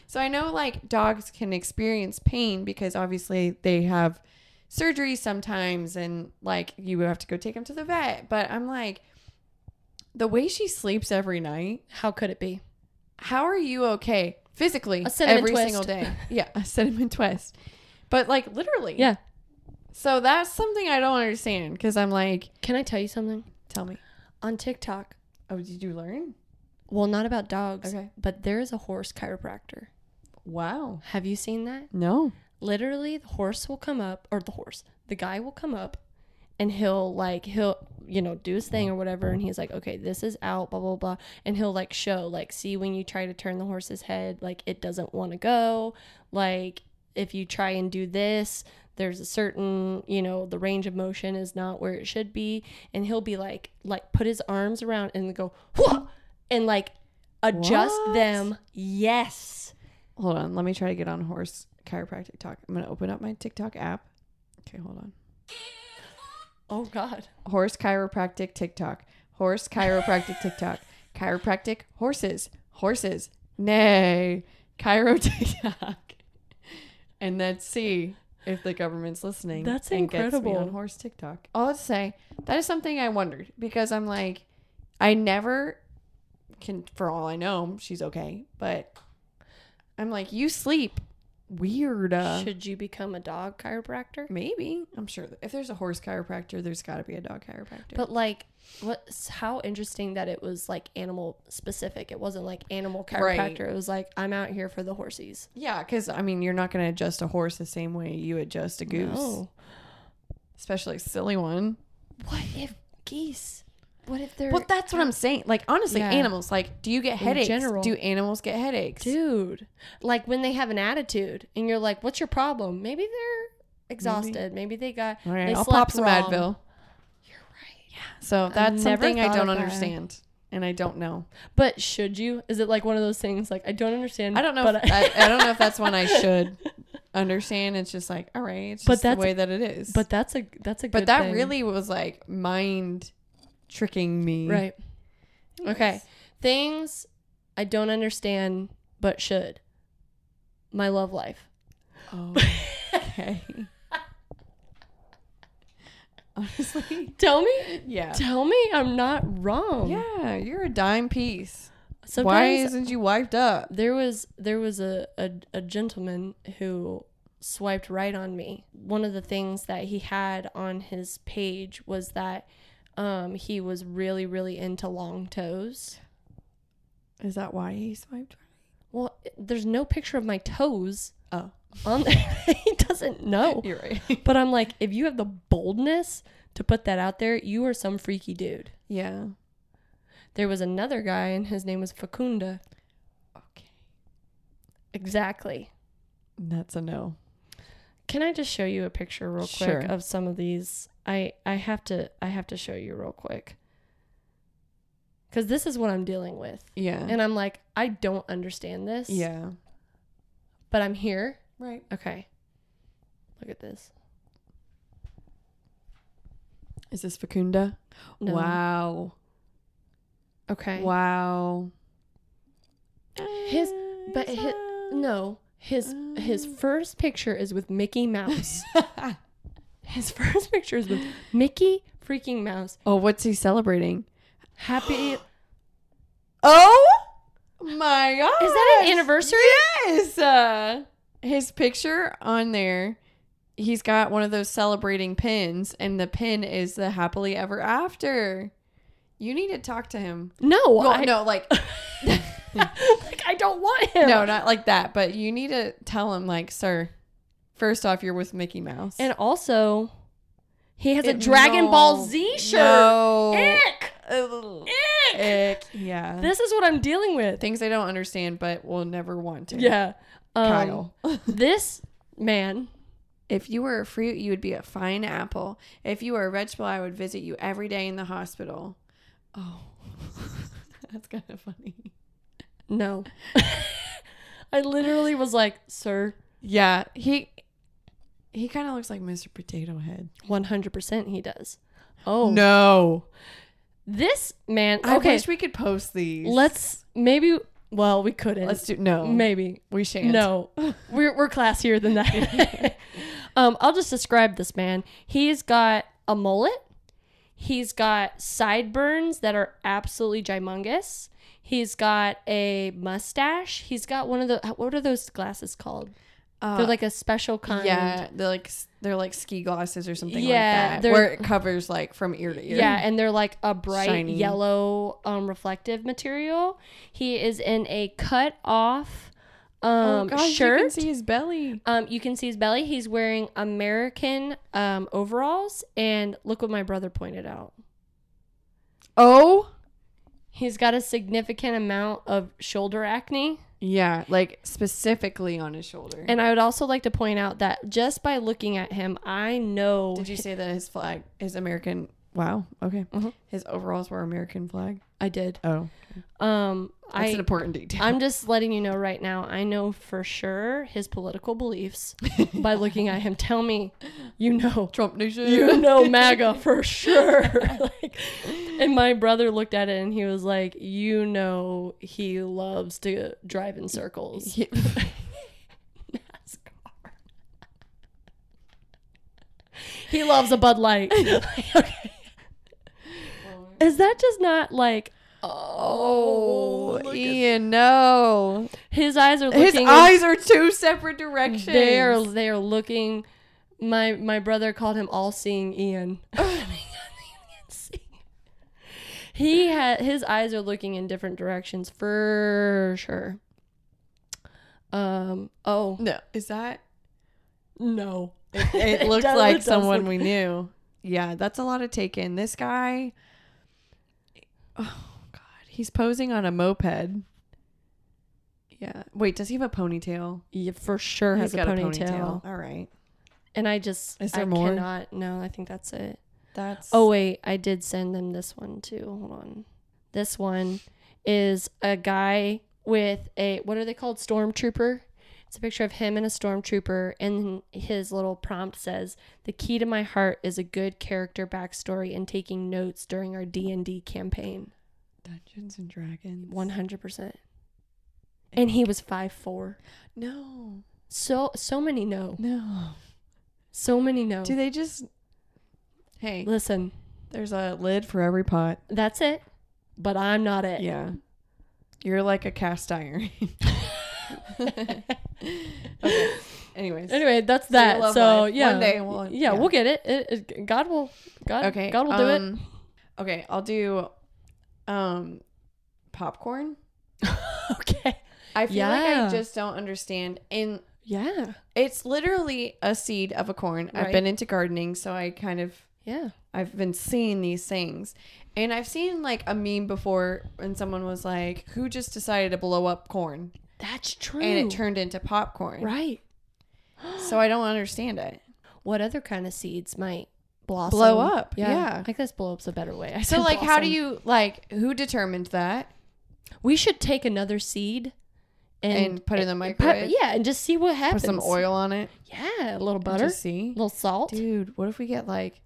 Speaker 2: So I know like dogs can experience pain because obviously they have surgery sometimes and like you would have to go take them to the vet. But I'm like, the way she sleeps every night,
Speaker 1: How could it be?
Speaker 2: how are you okay physically
Speaker 1: A cinnamon
Speaker 2: every
Speaker 1: twist. [laughs]
Speaker 2: single day? Yeah, a cinnamon twist. But like literally.
Speaker 1: Yeah.
Speaker 2: So that's something I don't understand because I'm like,
Speaker 1: Can I tell you something?
Speaker 2: tell me.
Speaker 1: On TikTok,
Speaker 2: Oh, did you learn?
Speaker 1: well, not about dogs,
Speaker 2: Okay.
Speaker 1: but there is a horse chiropractor.
Speaker 2: Wow.
Speaker 1: Have you seen that?
Speaker 2: No.
Speaker 1: literally the horse will come up or the horse the guy will come up and he'll like he'll you know do his thing or whatever and he's like okay this is out blah blah blah and he'll like show like see when you try to turn the horse's head like it doesn't want to go like if you try and do this there's a certain you know the range of motion is not where it should be and he'll be like like put his arms around and go Whoa! and like adjust
Speaker 2: What?
Speaker 1: them yes
Speaker 2: Hold on. Let me try to get on horse chiropractic talk. I'm going to open up my TikTok app. Okay, hold on.
Speaker 1: oh god
Speaker 2: Horse chiropractic TikTok. Horse chiropractic TikTok. Chiropractic horses. Horses. Nay. Chiro [laughs] TikTok. And let's see if the government's listening.
Speaker 1: That's
Speaker 2: and gets me
Speaker 1: incredible.
Speaker 2: on horse TikTok. All I'll say that is something I wondered because I'm like, I never can. For all I know, she's okay, but I'm like, you sleep weird. uh,
Speaker 1: Should you become a dog chiropractor?
Speaker 2: Maybe I'm sure that if there's a horse chiropractor, there's got to be a dog chiropractor.
Speaker 1: But like, what? How interesting that it was like animal specific. It wasn't like animal chiropractor.
Speaker 2: Right.
Speaker 1: It was like I'm out here for the horsies.
Speaker 2: Yeah, because I mean, you're not going to adjust a horse the same way you adjust a goose,
Speaker 1: No.
Speaker 2: especially a silly one.
Speaker 1: Oh. What if geese? What if they're
Speaker 2: But that's what I'm saying. Like honestly,
Speaker 1: Yeah.
Speaker 2: animals. Like, do you get headaches?
Speaker 1: general.
Speaker 2: Do animals get headaches?
Speaker 1: dude? Like when they have an attitude, and you're like, "What's your problem?" Maybe they're exhausted. Maybe, they got.
Speaker 2: All right,
Speaker 1: they
Speaker 2: I'll
Speaker 1: slept
Speaker 2: pop some
Speaker 1: wrong.
Speaker 2: Advil.
Speaker 1: You're right.
Speaker 2: So that's
Speaker 1: never
Speaker 2: something I
Speaker 1: thought
Speaker 2: don't
Speaker 1: of that.
Speaker 2: understand, and I don't know.
Speaker 1: But should you? Is it like one of those things? Like I don't understand.
Speaker 2: I don't know.
Speaker 1: But
Speaker 2: If, I, I don't know if that's one [laughs] I should understand. It's just like, all right, it's
Speaker 1: But
Speaker 2: just the
Speaker 1: that's-
Speaker 2: way that it is.
Speaker 1: [laughs] but that's a that's a good
Speaker 2: but that
Speaker 1: thing.
Speaker 2: really was like mind tricking me.
Speaker 1: Right. Okay.
Speaker 2: Anyways.
Speaker 1: Things I don't understand but should. My love life.
Speaker 2: Oh, okay. [laughs] Honestly,
Speaker 1: Tell me.
Speaker 2: yeah.
Speaker 1: Tell me I'm not wrong.
Speaker 2: Yeah, you're a dime piece.
Speaker 1: Sometimes
Speaker 2: Why isn't you wiped up?
Speaker 1: there was there was a, a a gentleman who swiped right on me. One of the things that he had on his page was that um he was really really into long toes.
Speaker 2: Is that why he swiped?
Speaker 1: Well, there's no picture of my toes
Speaker 2: Oh,
Speaker 1: on [laughs] he doesn't know.
Speaker 2: you're right.
Speaker 1: But I'm like, if you have the boldness to put that out there, you are some freaky dude.
Speaker 2: [laughs] yeah.
Speaker 1: There was another guy, and his name was Facunda.
Speaker 2: Okay.
Speaker 1: Exactly.
Speaker 2: That's a no.
Speaker 1: Can I just show you a picture real quick
Speaker 2: Sure.
Speaker 1: of some of these? I I have to I have to show you real quick. Cause this is what I'm dealing with,
Speaker 2: Yeah.
Speaker 1: and I'm like, I don't understand this.
Speaker 2: yeah.
Speaker 1: But I'm here.
Speaker 2: Right.
Speaker 1: Okay. Look at this.
Speaker 2: Is this Facunda?
Speaker 1: No.
Speaker 2: Wow.
Speaker 1: Okay.
Speaker 2: Wow. Eh,
Speaker 1: His- but hi- No. His his
Speaker 2: Mm.
Speaker 1: first picture is with Mickey
Speaker 2: [laughs]
Speaker 1: Mouse. His first picture is with [gasps] Mickey freaking Mouse.
Speaker 2: oh, what's he celebrating? [gasps]
Speaker 1: Happy.
Speaker 2: Oh my god.
Speaker 1: Is that an anniversary?
Speaker 2: Yes. Uh, his picture on there, he's got one of those celebrating pins, and the pin is the happily ever after. You need to talk to him.
Speaker 1: No,
Speaker 2: Well,
Speaker 1: I,
Speaker 2: no, like
Speaker 1: [laughs] like I don't want him.
Speaker 2: no, not like that. But you need to tell him, like, sir. First off, you're with Mickey Mouse.
Speaker 1: And also, he has a
Speaker 2: It-
Speaker 1: Dragon
Speaker 2: no.
Speaker 1: Ball Z shirt.
Speaker 2: No.
Speaker 1: Ick!
Speaker 2: Ugh.
Speaker 1: Ick!
Speaker 2: Ick. Yeah.
Speaker 1: This is what I'm dealing with.
Speaker 2: Things I don't understand, but will never want to.
Speaker 1: Yeah. Um,
Speaker 2: Kyle. [laughs]
Speaker 1: this man.
Speaker 2: If you were a fruit, you would be a fine apple. If you were a vegetable, I would visit you every day in the hospital. Oh, [laughs] that's kind of funny. [laughs]
Speaker 1: No. [laughs] I literally was like, sir,
Speaker 2: Yeah, he he kind of looks like Mr. Potato Head.
Speaker 1: 100% he does. Oh.
Speaker 2: No,
Speaker 1: This man.
Speaker 2: I
Speaker 1: Okay.
Speaker 2: wish we could post these.
Speaker 1: Let's maybe Well, we couldn't.
Speaker 2: Let's do no.
Speaker 1: Maybe.
Speaker 2: we shan't.
Speaker 1: No,
Speaker 2: [laughs]
Speaker 1: we're, we're classier than that. [laughs] um, I'll just describe this man. He's got a mullet. He's got sideburns that are absolutely gymongous. He's got a mustache. He's got one of the what are those glasses called?
Speaker 2: Uh,
Speaker 1: They're like a special kind.
Speaker 2: yeah, they're like s- they're like ski glasses or something
Speaker 1: Yeah,
Speaker 2: like that,
Speaker 1: they're-
Speaker 2: where it covers like from ear to ear.
Speaker 1: Yeah, and they're like a bright
Speaker 2: Shiny.
Speaker 1: yellow um, reflective material. He is in a cut off
Speaker 2: Oh
Speaker 1: um,
Speaker 2: gosh,
Speaker 1: shirt.
Speaker 2: you can see his belly.
Speaker 1: Um, you can see his belly. He's wearing American um, overalls, and look what my brother pointed out.
Speaker 2: Oh
Speaker 1: He's got a significant amount of shoulder acne,
Speaker 2: yeah, like specifically on his shoulder.
Speaker 1: and I would also like to point out that just by looking at him, I know.
Speaker 2: Did you say that his flag is American? Wow. Okay.
Speaker 1: Mhm.
Speaker 2: His overalls were American flag.
Speaker 1: I did.
Speaker 2: Mm-hmm. Oh,
Speaker 1: Um,
Speaker 2: that's an
Speaker 1: I
Speaker 2: important detail.
Speaker 1: I'm just letting you know right now. I know for sure his political beliefs by looking at him. Tell me, you know.
Speaker 2: [laughs] Trump Nation.
Speaker 1: you know
Speaker 2: [laughs]
Speaker 1: MAGA for sure. [laughs] like, and my brother looked at it and he was like, you know, he loves to drive in circles.
Speaker 2: He-
Speaker 1: He loves a Bud Light. Okay. [laughs] Is that just not like
Speaker 2: oh,
Speaker 1: look at-
Speaker 2: Ian, no.
Speaker 1: his eyes are looking?
Speaker 2: His eyes are two separate directions.
Speaker 1: They are. They are looking. My my brother called him all seeing [laughs] Ian. he had his eyes are looking in different directions for sure. Um. Oh
Speaker 2: No, is that?
Speaker 1: no.
Speaker 2: It,
Speaker 1: [laughs]
Speaker 2: it [laughs]
Speaker 1: It
Speaker 2: looked
Speaker 1: does-
Speaker 2: like
Speaker 1: it does
Speaker 2: someone
Speaker 1: look-
Speaker 2: [laughs] we knew. Yeah, that's a lot of take in. This guy. Oh God, he's posing on a moped. Yeah. Wait, does he have a ponytail?
Speaker 1: Yeah, for sure has
Speaker 2: He's
Speaker 1: a ponytail.
Speaker 2: All right.
Speaker 1: And I just
Speaker 2: Is there
Speaker 1: I
Speaker 2: more?
Speaker 1: cannot. No, I think that's it.
Speaker 2: That's
Speaker 1: Oh wait, I did send them this one too. Hold on. This one is a guy with a what are they called? Stormtrooper. It's a picture of him and a stormtrooper, and his little prompt says, "The key to my heart is a good character backstory and taking notes during our D and D campaign."
Speaker 2: Dungeons and Dragons.
Speaker 1: One hundred percent. And he was five four.
Speaker 2: No,
Speaker 1: So so many no.
Speaker 2: no.
Speaker 1: So many no.
Speaker 2: Do they just? Hey,
Speaker 1: Listen,
Speaker 2: there's a lid for every pot.
Speaker 1: that's it. But I'm not it.
Speaker 2: Yeah. You're like a cast iron. [laughs] okay.
Speaker 1: [laughs]
Speaker 2: Anyways.
Speaker 1: anyway that's
Speaker 2: your
Speaker 1: that so,
Speaker 2: love life.
Speaker 1: yeah
Speaker 2: One day we'll-
Speaker 1: yeah,
Speaker 2: yeah.
Speaker 1: we'll get it. It, it god will god
Speaker 2: Okay.
Speaker 1: god will do it
Speaker 2: um, Okay, I'll do um popcorn.
Speaker 1: [laughs] okay
Speaker 2: I feel
Speaker 1: Yeah.
Speaker 2: like I just don't understand. And
Speaker 1: yeah
Speaker 2: it's literally a seed of a corn. I've
Speaker 1: Right.
Speaker 2: been into gardening, so I kind of
Speaker 1: yeah
Speaker 2: I've been seeing these things. And I've seen like a meme before when someone was like, Who just decided to blow up corn?
Speaker 1: that's true
Speaker 2: And it turned into popcorn.
Speaker 1: right
Speaker 2: So I don't understand it.
Speaker 1: what other kind of seeds might blossom
Speaker 2: Blow up, yeah.
Speaker 1: i guess blow up's a better way I
Speaker 2: So
Speaker 1: said
Speaker 2: like how do
Speaker 1: blossom.
Speaker 2: you like who determined that?
Speaker 1: we should take another seed and,
Speaker 2: And put it in the
Speaker 1: put-
Speaker 2: microwave?
Speaker 1: yeah and just see what
Speaker 2: Put
Speaker 1: happens
Speaker 2: some oil on it.
Speaker 1: yeah a little butter
Speaker 2: to
Speaker 1: a
Speaker 2: see.
Speaker 1: little salt
Speaker 2: Dude, what if we get like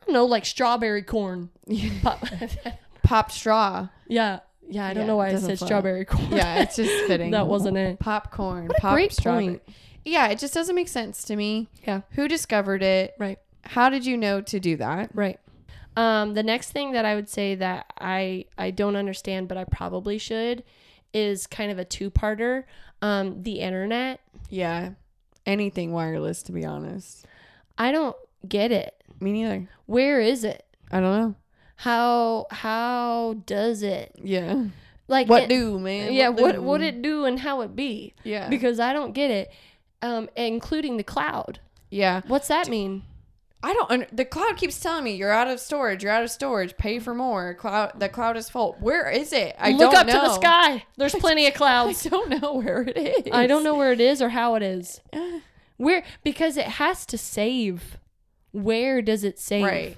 Speaker 1: i don't know like strawberry corn
Speaker 2: [laughs]
Speaker 1: Pop-
Speaker 2: pop straw?
Speaker 1: [laughs] yeah yeah i don't
Speaker 2: Yeah,
Speaker 1: know why
Speaker 2: it
Speaker 1: i
Speaker 2: doesn't
Speaker 1: said
Speaker 2: flow.
Speaker 1: strawberry corn [laughs]
Speaker 2: Yeah, it's just fitting.
Speaker 1: that wasn't it
Speaker 2: popcorn.
Speaker 1: What a
Speaker 2: pop
Speaker 1: great
Speaker 2: strawberry.
Speaker 1: point.
Speaker 2: Yeah, it just doesn't make sense to me.
Speaker 1: yeah
Speaker 2: Who discovered it?
Speaker 1: right
Speaker 2: How did you know to do that?
Speaker 1: Right. Um, the next thing that I would say that I I don't understand, but I probably should, is kind of a two parter. Um, the internet.
Speaker 2: Yeah. Anything wireless to be honest.
Speaker 1: I don't get it.
Speaker 2: Me neither.
Speaker 1: Where is it?
Speaker 2: I don't know.
Speaker 1: How how does it
Speaker 2: Yeah.
Speaker 1: like
Speaker 2: What
Speaker 1: it-
Speaker 2: do, man?
Speaker 1: yeah what
Speaker 2: do?
Speaker 1: what it do and how it be
Speaker 2: Yeah.
Speaker 1: because I don't get it. Um, including the cloud.
Speaker 2: yeah.
Speaker 1: What's that mean?
Speaker 2: I don't. Under, the cloud keeps telling me you're out of storage. You're out of storage. Pay for more. Cloud. The cloud is full. Where is it? I
Speaker 1: Look
Speaker 2: don't
Speaker 1: up
Speaker 2: know.
Speaker 1: to the sky. There's plenty of
Speaker 2: [laughs] I
Speaker 1: clouds.
Speaker 2: don't know where it is.
Speaker 1: I don't know where it is or how it is.
Speaker 2: [sighs] know.
Speaker 1: Where because it has to save. Where does it save?
Speaker 2: Right.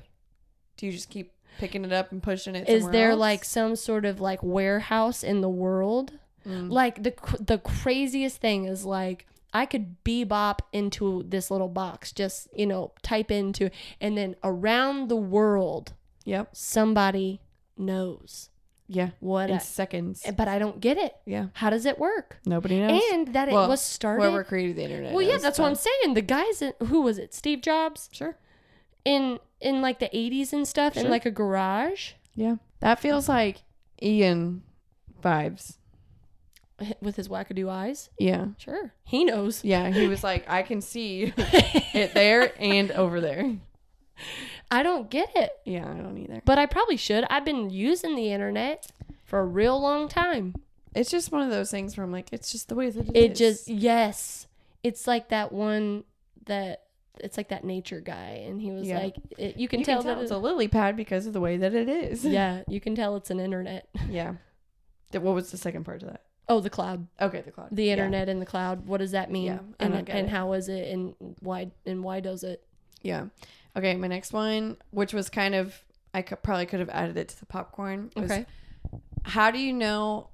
Speaker 2: Do you just keep picking it up and pushing it?
Speaker 1: Is
Speaker 2: somewhere
Speaker 1: there
Speaker 2: else?
Speaker 1: like some sort of like warehouse in the world?
Speaker 2: Mm.
Speaker 1: Like the cr- the craziest thing is like I could bebop into this little box, just you know, type into, and then around the world,
Speaker 2: Yep.
Speaker 1: somebody knows.
Speaker 2: Yeah.
Speaker 1: What?
Speaker 2: in
Speaker 1: I-
Speaker 2: seconds.
Speaker 1: but I don't get it.
Speaker 2: Yeah.
Speaker 1: How does it work?
Speaker 2: Nobody knows.
Speaker 1: And that
Speaker 2: Well,
Speaker 1: it was started.
Speaker 2: Whoever created the internet.
Speaker 1: well, yeah,
Speaker 2: knows,
Speaker 1: that's
Speaker 2: but-
Speaker 1: what I'm saying. The guys, in, who was it? Steve Jobs
Speaker 2: Sure.
Speaker 1: in in like the 80s and stuff in
Speaker 2: Sure.
Speaker 1: like a garage
Speaker 2: Yeah. That feels like Ian vibes.
Speaker 1: with his wackadoo eyes.
Speaker 2: Yeah.
Speaker 1: Sure, he knows.
Speaker 2: Yeah. He was like, I can see [laughs] it there and over there.
Speaker 1: I don't get it,
Speaker 2: Yeah, I don't either.
Speaker 1: but I probably should. I've been using the internet for a real long time.
Speaker 2: It's just one of those things where I'm like, it's just the way that
Speaker 1: It
Speaker 2: is.
Speaker 1: just yes, it's like that one that it's like that nature guy, and he was
Speaker 2: Yeah.
Speaker 1: like, it, you can
Speaker 2: you
Speaker 1: tell
Speaker 2: can tell
Speaker 1: that
Speaker 2: it's a lily pad because of the way that it
Speaker 1: [laughs]
Speaker 2: is.
Speaker 1: yeah, you can tell it's an internet.
Speaker 2: [laughs] Yeah. Th- What was the second part to that?
Speaker 1: Oh, the cloud,
Speaker 2: Okay, the cloud.
Speaker 1: the
Speaker 2: Yeah.
Speaker 1: internet and the cloud. What does that mean?
Speaker 2: Yeah, I
Speaker 1: and
Speaker 2: don't get
Speaker 1: and
Speaker 2: it.
Speaker 1: how is it, and why and why does it?
Speaker 2: Yeah. Okay, my next one, which was kind of I could, probably could have added it to the popcorn. was,
Speaker 1: Okay.
Speaker 2: How do you know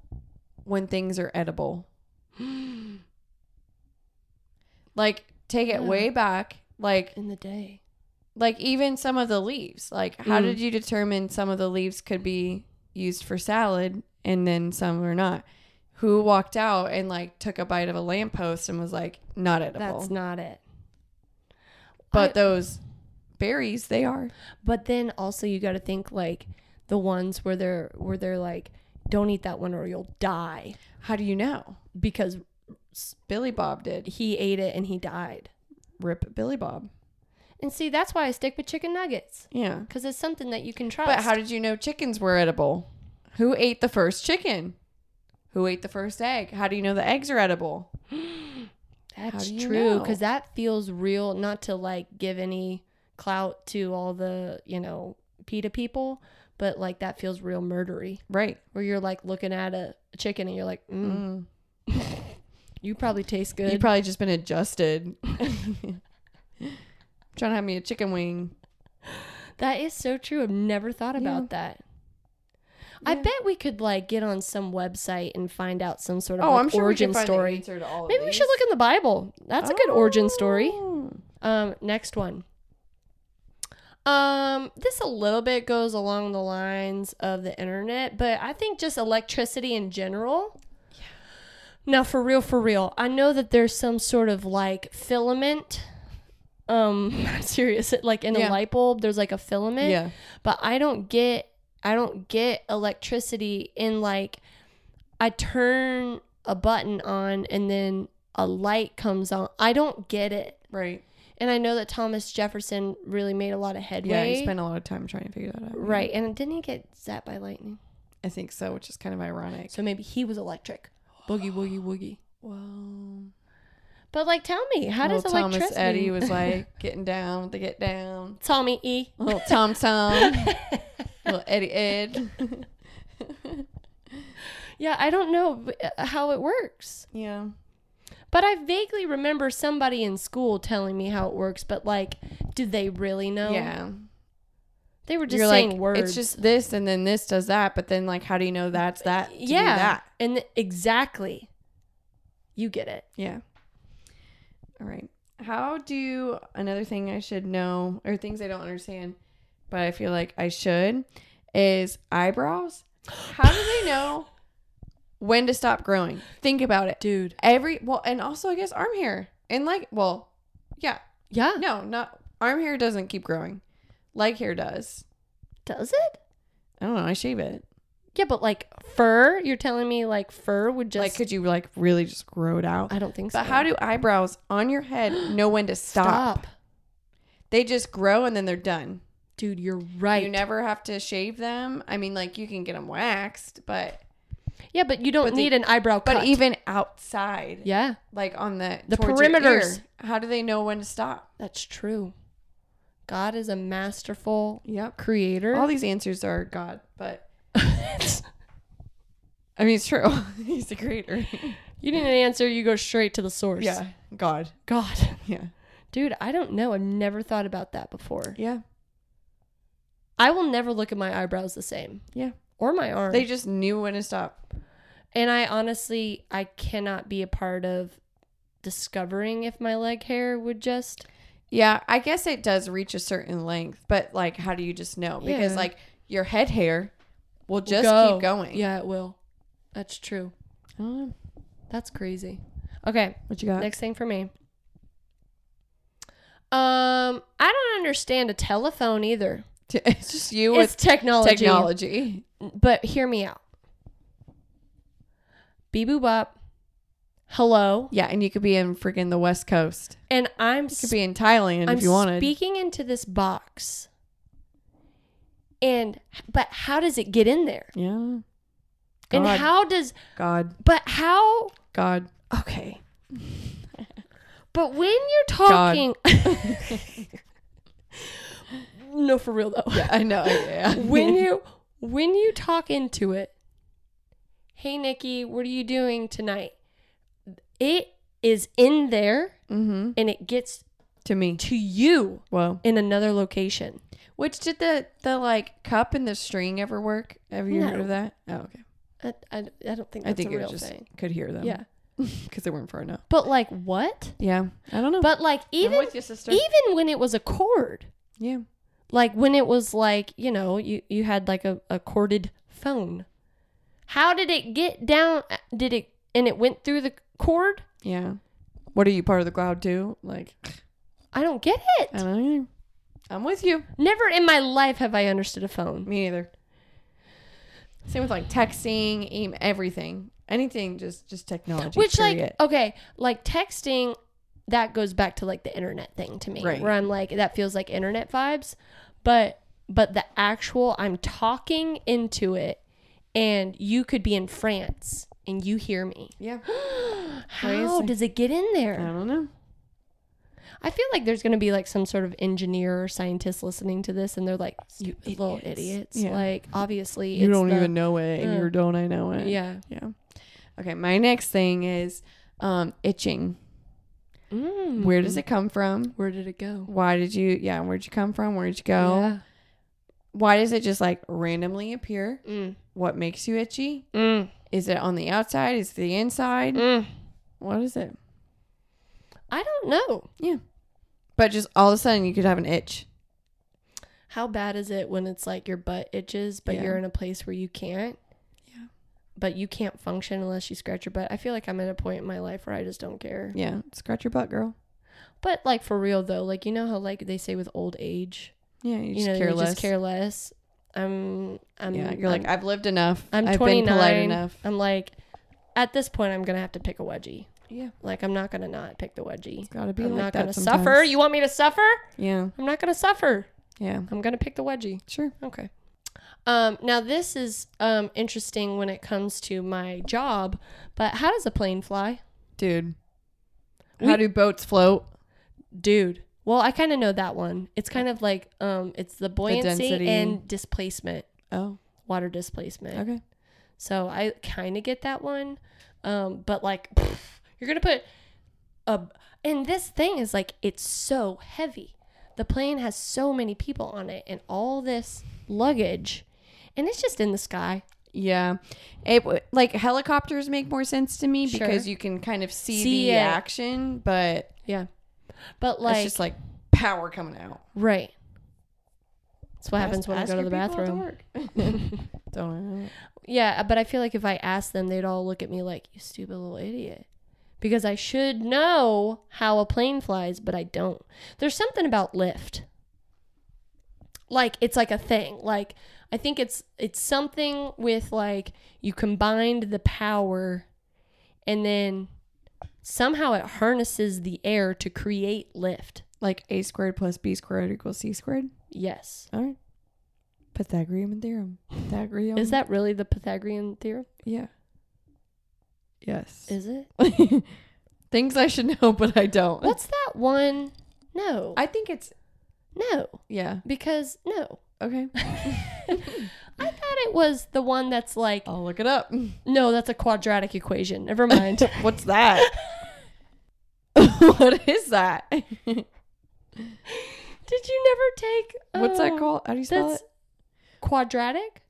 Speaker 2: when things are [gasps] edible? Like take it
Speaker 1: Yeah.
Speaker 2: way back. Like
Speaker 1: In the day,
Speaker 2: like even some of the leaves. Like how
Speaker 1: Mm.
Speaker 2: did you determine some of the leaves could be used for salad and then some were not? Who walked out and like took a bite of a lamppost and was like not edible?
Speaker 1: that's not it.
Speaker 2: but
Speaker 1: I-
Speaker 2: those berries, they are.
Speaker 1: But then also you got to think like the ones where they're where they're like, don't eat that one or you'll die
Speaker 2: How do you know?
Speaker 1: because
Speaker 2: Billy Bob did.
Speaker 1: he ate it and he died.
Speaker 2: Rip Billy Bob.
Speaker 1: And see, that's why I stick with chicken nuggets
Speaker 2: Yeah.
Speaker 1: because it's something that you can trust.
Speaker 2: But how did you know chickens were edible? Who ate the first chicken? Who ate the first egg? How do you know the eggs are edible?
Speaker 1: that's true.
Speaker 2: do you
Speaker 1: 'Cause true
Speaker 2: know?
Speaker 1: because that feels real. Not to like give any clout to all the you know PETA people, but like that feels real murdery.
Speaker 2: Right.
Speaker 1: Where you're like looking at a chicken and you're like, mm,
Speaker 2: Mm.
Speaker 1: you probably taste
Speaker 2: You've
Speaker 1: good.
Speaker 2: probably just been adjusted. [laughs] Trying to have me a chicken wing.
Speaker 1: That is so true. I've never thought about that. I
Speaker 2: Yeah.
Speaker 1: bet we could like get on some website and find out some sort of
Speaker 2: Oh,
Speaker 1: like,
Speaker 2: I'm sure
Speaker 1: origin
Speaker 2: we can find the
Speaker 1: story.
Speaker 2: answer to all of
Speaker 1: Maybe we
Speaker 2: these.
Speaker 1: should look in the Bible. That's a good origin story.
Speaker 2: Oh.
Speaker 1: Um, next one. Um, this a little bit goes along the lines of the internet, but I think just electricity in general. Now, for real, for real, I know that there's some sort of like filament. Um, [laughs] I'm serious. Like in a
Speaker 2: Yeah.
Speaker 1: light bulb, there's like a filament
Speaker 2: Yeah.
Speaker 1: but I don't get I don't get electricity in like I turn a button on and then a light comes on. I don't get it.
Speaker 2: Right.
Speaker 1: And I know that Thomas Jefferson really made a lot of headway.
Speaker 2: Yeah. You spent a lot of time trying to figure that out.
Speaker 1: right. And didn't he get zapped by lightning?
Speaker 2: I think so, which is kind of ironic.
Speaker 1: So maybe he was electric. Boogie woogie woogie.
Speaker 2: Well.
Speaker 1: But like tell me, how does
Speaker 2: little Thomas
Speaker 1: electricity [laughs]
Speaker 2: Eddie was like getting down with the get down.
Speaker 1: Tommy
Speaker 2: [laughs]
Speaker 1: E.
Speaker 2: Little Tom Tom.
Speaker 1: [laughs]
Speaker 2: little Eddie Ed.
Speaker 1: Yeah, I don't know uh, how it works.
Speaker 2: Yeah.
Speaker 1: But I vaguely remember somebody in school telling me how it works, but like, did they really know?
Speaker 2: Yeah.
Speaker 1: They were just
Speaker 2: You're
Speaker 1: saying
Speaker 2: like
Speaker 1: words.
Speaker 2: it's just this and then this does that, but then like how do you know that's that? to do
Speaker 1: yeah.
Speaker 2: that?
Speaker 1: And th- exactly. You get it.
Speaker 2: Yeah. All right. How do another thing I should know or things I don't understand, but I feel like I should is eyebrows. How do
Speaker 1: [gasps]
Speaker 2: they know when to stop growing? Think about it.
Speaker 1: Dude.
Speaker 2: Every well, and also I guess arm hair and like well, yeah,
Speaker 1: Yeah.
Speaker 2: no, not arm hair doesn't keep growing, leg hair does.
Speaker 1: Does it?
Speaker 2: I don't know. I shave it.
Speaker 1: Yeah, but like fur, you're telling me like fur would just
Speaker 2: like, could you like really just grow it out?
Speaker 1: I don't think so.
Speaker 2: But how do eyebrows on
Speaker 1: [gasps]
Speaker 2: your head know when to stop? They just grow and then they're done.
Speaker 1: Dude, you're right.
Speaker 2: You never have to shave them. I mean, like you can get them waxed, but
Speaker 1: yeah, but you don't
Speaker 2: But the-
Speaker 1: need an eyebrow
Speaker 2: but
Speaker 1: cut.
Speaker 2: even outside,
Speaker 1: Yeah,
Speaker 2: like on the
Speaker 1: The
Speaker 2: towards your
Speaker 1: perimeters.
Speaker 2: ear, how do they know when to stop?
Speaker 1: that's true. God is a masterful
Speaker 2: Yep.
Speaker 1: creator.
Speaker 2: [laughs] All these answers are God, but I mean, it's true. [laughs] He's the [laughs] creator.
Speaker 1: you need an answer, you go straight to the source.
Speaker 2: Yeah. God.
Speaker 1: God. [laughs]
Speaker 2: Yeah.
Speaker 1: Dude, I don't know. I've never thought about that before.
Speaker 2: Yeah.
Speaker 1: I will never look at my eyebrows the same.
Speaker 2: Yeah.
Speaker 1: Or my arms.
Speaker 2: They just knew when to stop.
Speaker 1: and I honestly, I cannot be a part of discovering if my leg hair would just.
Speaker 2: Yeah. I guess it does reach a certain length, but like, how do you just know? Because
Speaker 1: Yeah.
Speaker 2: like your head hair will just
Speaker 1: Go.
Speaker 2: keep going.
Speaker 1: Yeah, it will. That's true.
Speaker 2: Uh,
Speaker 1: That's crazy. Okay,
Speaker 2: what you got?
Speaker 1: next thing for me. Um, I don't understand a telephone either.
Speaker 2: [laughs] it's just you
Speaker 1: It's
Speaker 2: with
Speaker 1: technology.
Speaker 2: technology.
Speaker 1: But hear me out. Beep boop bop. Hello.
Speaker 2: Yeah, and you could be in freaking the West Coast.
Speaker 1: And I'm
Speaker 2: You could be in Thailand
Speaker 1: I'm
Speaker 2: if you wanted.
Speaker 1: speaking into this box. And but how does it get in there?
Speaker 2: yeah.
Speaker 1: And
Speaker 2: God.
Speaker 1: how does
Speaker 2: God.
Speaker 1: but how
Speaker 2: God.
Speaker 1: Okay. but when you're talking [laughs] No for real though.
Speaker 2: I know. [laughs] Yeah.
Speaker 1: [laughs] when you when you talk into it, hey Nikki, what are you doing tonight? It is in there
Speaker 2: mm-hmm.
Speaker 1: and it gets
Speaker 2: To me.
Speaker 1: to you
Speaker 2: Whoa.
Speaker 1: in another location.
Speaker 2: Which did the the like cup and the string ever work? Have you heard
Speaker 1: No.
Speaker 2: of that? Oh, okay.
Speaker 1: I, I, I don't think
Speaker 2: I
Speaker 1: that's
Speaker 2: think
Speaker 1: a
Speaker 2: you
Speaker 1: real
Speaker 2: just
Speaker 1: thing.
Speaker 2: could hear them. [laughs]
Speaker 1: Yeah.
Speaker 2: Because they weren't far enough.
Speaker 1: But like what?
Speaker 2: Yeah. I don't know.
Speaker 1: But like
Speaker 2: I'm
Speaker 1: even
Speaker 2: with you, sister.
Speaker 1: even when it was a cord,
Speaker 2: yeah.
Speaker 1: like when it was like, you know, you you had like a, a corded phone. How did it get down uh, did it and it went through the cord?
Speaker 2: Yeah. What are you part of the cloud too? Like
Speaker 1: I don't get it.
Speaker 2: I don't know. I'm with you.
Speaker 1: Never in my life have I understood a phone.
Speaker 2: Me neither. Same with like texting, aim, everything, anything, just just technology.
Speaker 1: Which like
Speaker 2: period.
Speaker 1: okay, like texting that goes back to like the internet thing to me
Speaker 2: Right.
Speaker 1: where I'm like that feels like internet vibes, but but the actual I'm talking into it and you could be in France and you hear me.
Speaker 2: [gasps]
Speaker 1: [gasps]
Speaker 2: yeah,
Speaker 1: How
Speaker 2: Crazy.
Speaker 1: does it get in
Speaker 2: I
Speaker 1: there?
Speaker 2: don't know.
Speaker 1: I feel like there's going to be like some sort of engineer or scientist listening to this and they're like you little idiots.
Speaker 2: Yeah.
Speaker 1: Like obviously
Speaker 2: You
Speaker 1: it's
Speaker 2: don't
Speaker 1: the-
Speaker 2: even know it, and
Speaker 1: uh,
Speaker 2: you don't. I know it.
Speaker 1: Yeah.
Speaker 2: yeah. Okay, my next thing is um itching.
Speaker 1: Mm.
Speaker 2: Where does it come from?
Speaker 1: where did it go?
Speaker 2: Why did you? Yeah, where'd you come from? Where'd you go?
Speaker 1: Yeah.
Speaker 2: Why does it just like randomly appear?
Speaker 1: Mm.
Speaker 2: What makes you itchy?
Speaker 1: Mm.
Speaker 2: Is it on the outside? Is it the inside?
Speaker 1: Mm.
Speaker 2: What is it?
Speaker 1: I don't know.
Speaker 2: But just all of a sudden, you could have an itch.
Speaker 1: How bad is it when it's like your butt itches, but
Speaker 2: Yeah.
Speaker 1: you're in a place where you can't?
Speaker 2: Yeah.
Speaker 1: But you can't function unless you scratch your butt. I feel like I'm at a point in my life where I just don't care.
Speaker 2: Yeah, scratch your butt, girl.
Speaker 1: But like for real though, like you know how like they say with old age,
Speaker 2: Yeah, you
Speaker 1: you,
Speaker 2: just
Speaker 1: know,
Speaker 2: care
Speaker 1: you
Speaker 2: less.
Speaker 1: just care less. I'm, I'm,
Speaker 2: yeah, you're
Speaker 1: I'm-
Speaker 2: like I've lived enough.
Speaker 1: I'm
Speaker 2: have
Speaker 1: 29.
Speaker 2: been polite enough.
Speaker 1: I'm like, at this point, I'm gonna have to pick a wedgie.
Speaker 2: Yeah,
Speaker 1: Like, I'm not gonna not pick the wedgie.
Speaker 2: it's gotta be
Speaker 1: I'm
Speaker 2: like
Speaker 1: not
Speaker 2: that
Speaker 1: gonna
Speaker 2: sometimes.
Speaker 1: suffer. You want me to suffer?
Speaker 2: Yeah,
Speaker 1: I'm not gonna suffer.
Speaker 2: yeah,
Speaker 1: I'm gonna pick the wedgie.
Speaker 2: sure.
Speaker 1: Okay. Um, now this is um interesting when it comes to my job, but how does a plane fly,
Speaker 2: Dude,
Speaker 1: We-
Speaker 2: how do boats float?
Speaker 1: dude? Well, I kind of know that one. It's kind of like um, it's the buoyancy
Speaker 2: density.
Speaker 1: and displacement,
Speaker 2: Oh,
Speaker 1: water displacement.
Speaker 2: okay.
Speaker 1: So I kind of get that one. Um, but like, pff, you're going to put a. And this thing is like, it's so heavy. The plane has so many people on it and all this luggage. And it's just in the sky.
Speaker 2: Yeah, it w- like helicopters make more sense to me because
Speaker 1: Sure.
Speaker 2: you can kind of see,
Speaker 1: See
Speaker 2: the
Speaker 1: it.
Speaker 2: action, but
Speaker 1: Yeah. But
Speaker 2: it's
Speaker 1: like,
Speaker 2: just like power coming out.
Speaker 1: right. That's what
Speaker 2: Ask-
Speaker 1: happens when I
Speaker 2: ask
Speaker 1: go to
Speaker 2: your
Speaker 1: the
Speaker 2: people at
Speaker 1: bathroom.
Speaker 2: work. [laughs] Don't know.
Speaker 1: Yeah. uh, But I feel like if I asked them, they'd all look at me like, you stupid little idiot. Because I should know how a plane flies, but I don't. There's something about lift. like it's like a thing like i think it's it's something with like you combined the power and then somehow it harnesses the air to create lift
Speaker 2: Like a squared plus b squared equals c squared.
Speaker 1: yes
Speaker 2: All right. Pythagorean theorem. Pythagorean.
Speaker 1: is that really the pythagorean theorem
Speaker 2: Yeah. Yes.
Speaker 1: is it
Speaker 2: [laughs] Things I should know, but I don't.
Speaker 1: what's that one no
Speaker 2: I think it's
Speaker 1: no
Speaker 2: yeah.
Speaker 1: because no
Speaker 2: [laughs] Okay.
Speaker 1: i thought it was the one that's like
Speaker 2: I'll look it [laughs] up.
Speaker 1: no that's a quadratic equation never
Speaker 2: [laughs]
Speaker 1: mind [laughs]
Speaker 2: What's that? what is that? [laughs]
Speaker 1: did you never take
Speaker 2: What's that
Speaker 1: oh,
Speaker 2: called? How do you spell
Speaker 1: that's
Speaker 2: it?
Speaker 1: quadratic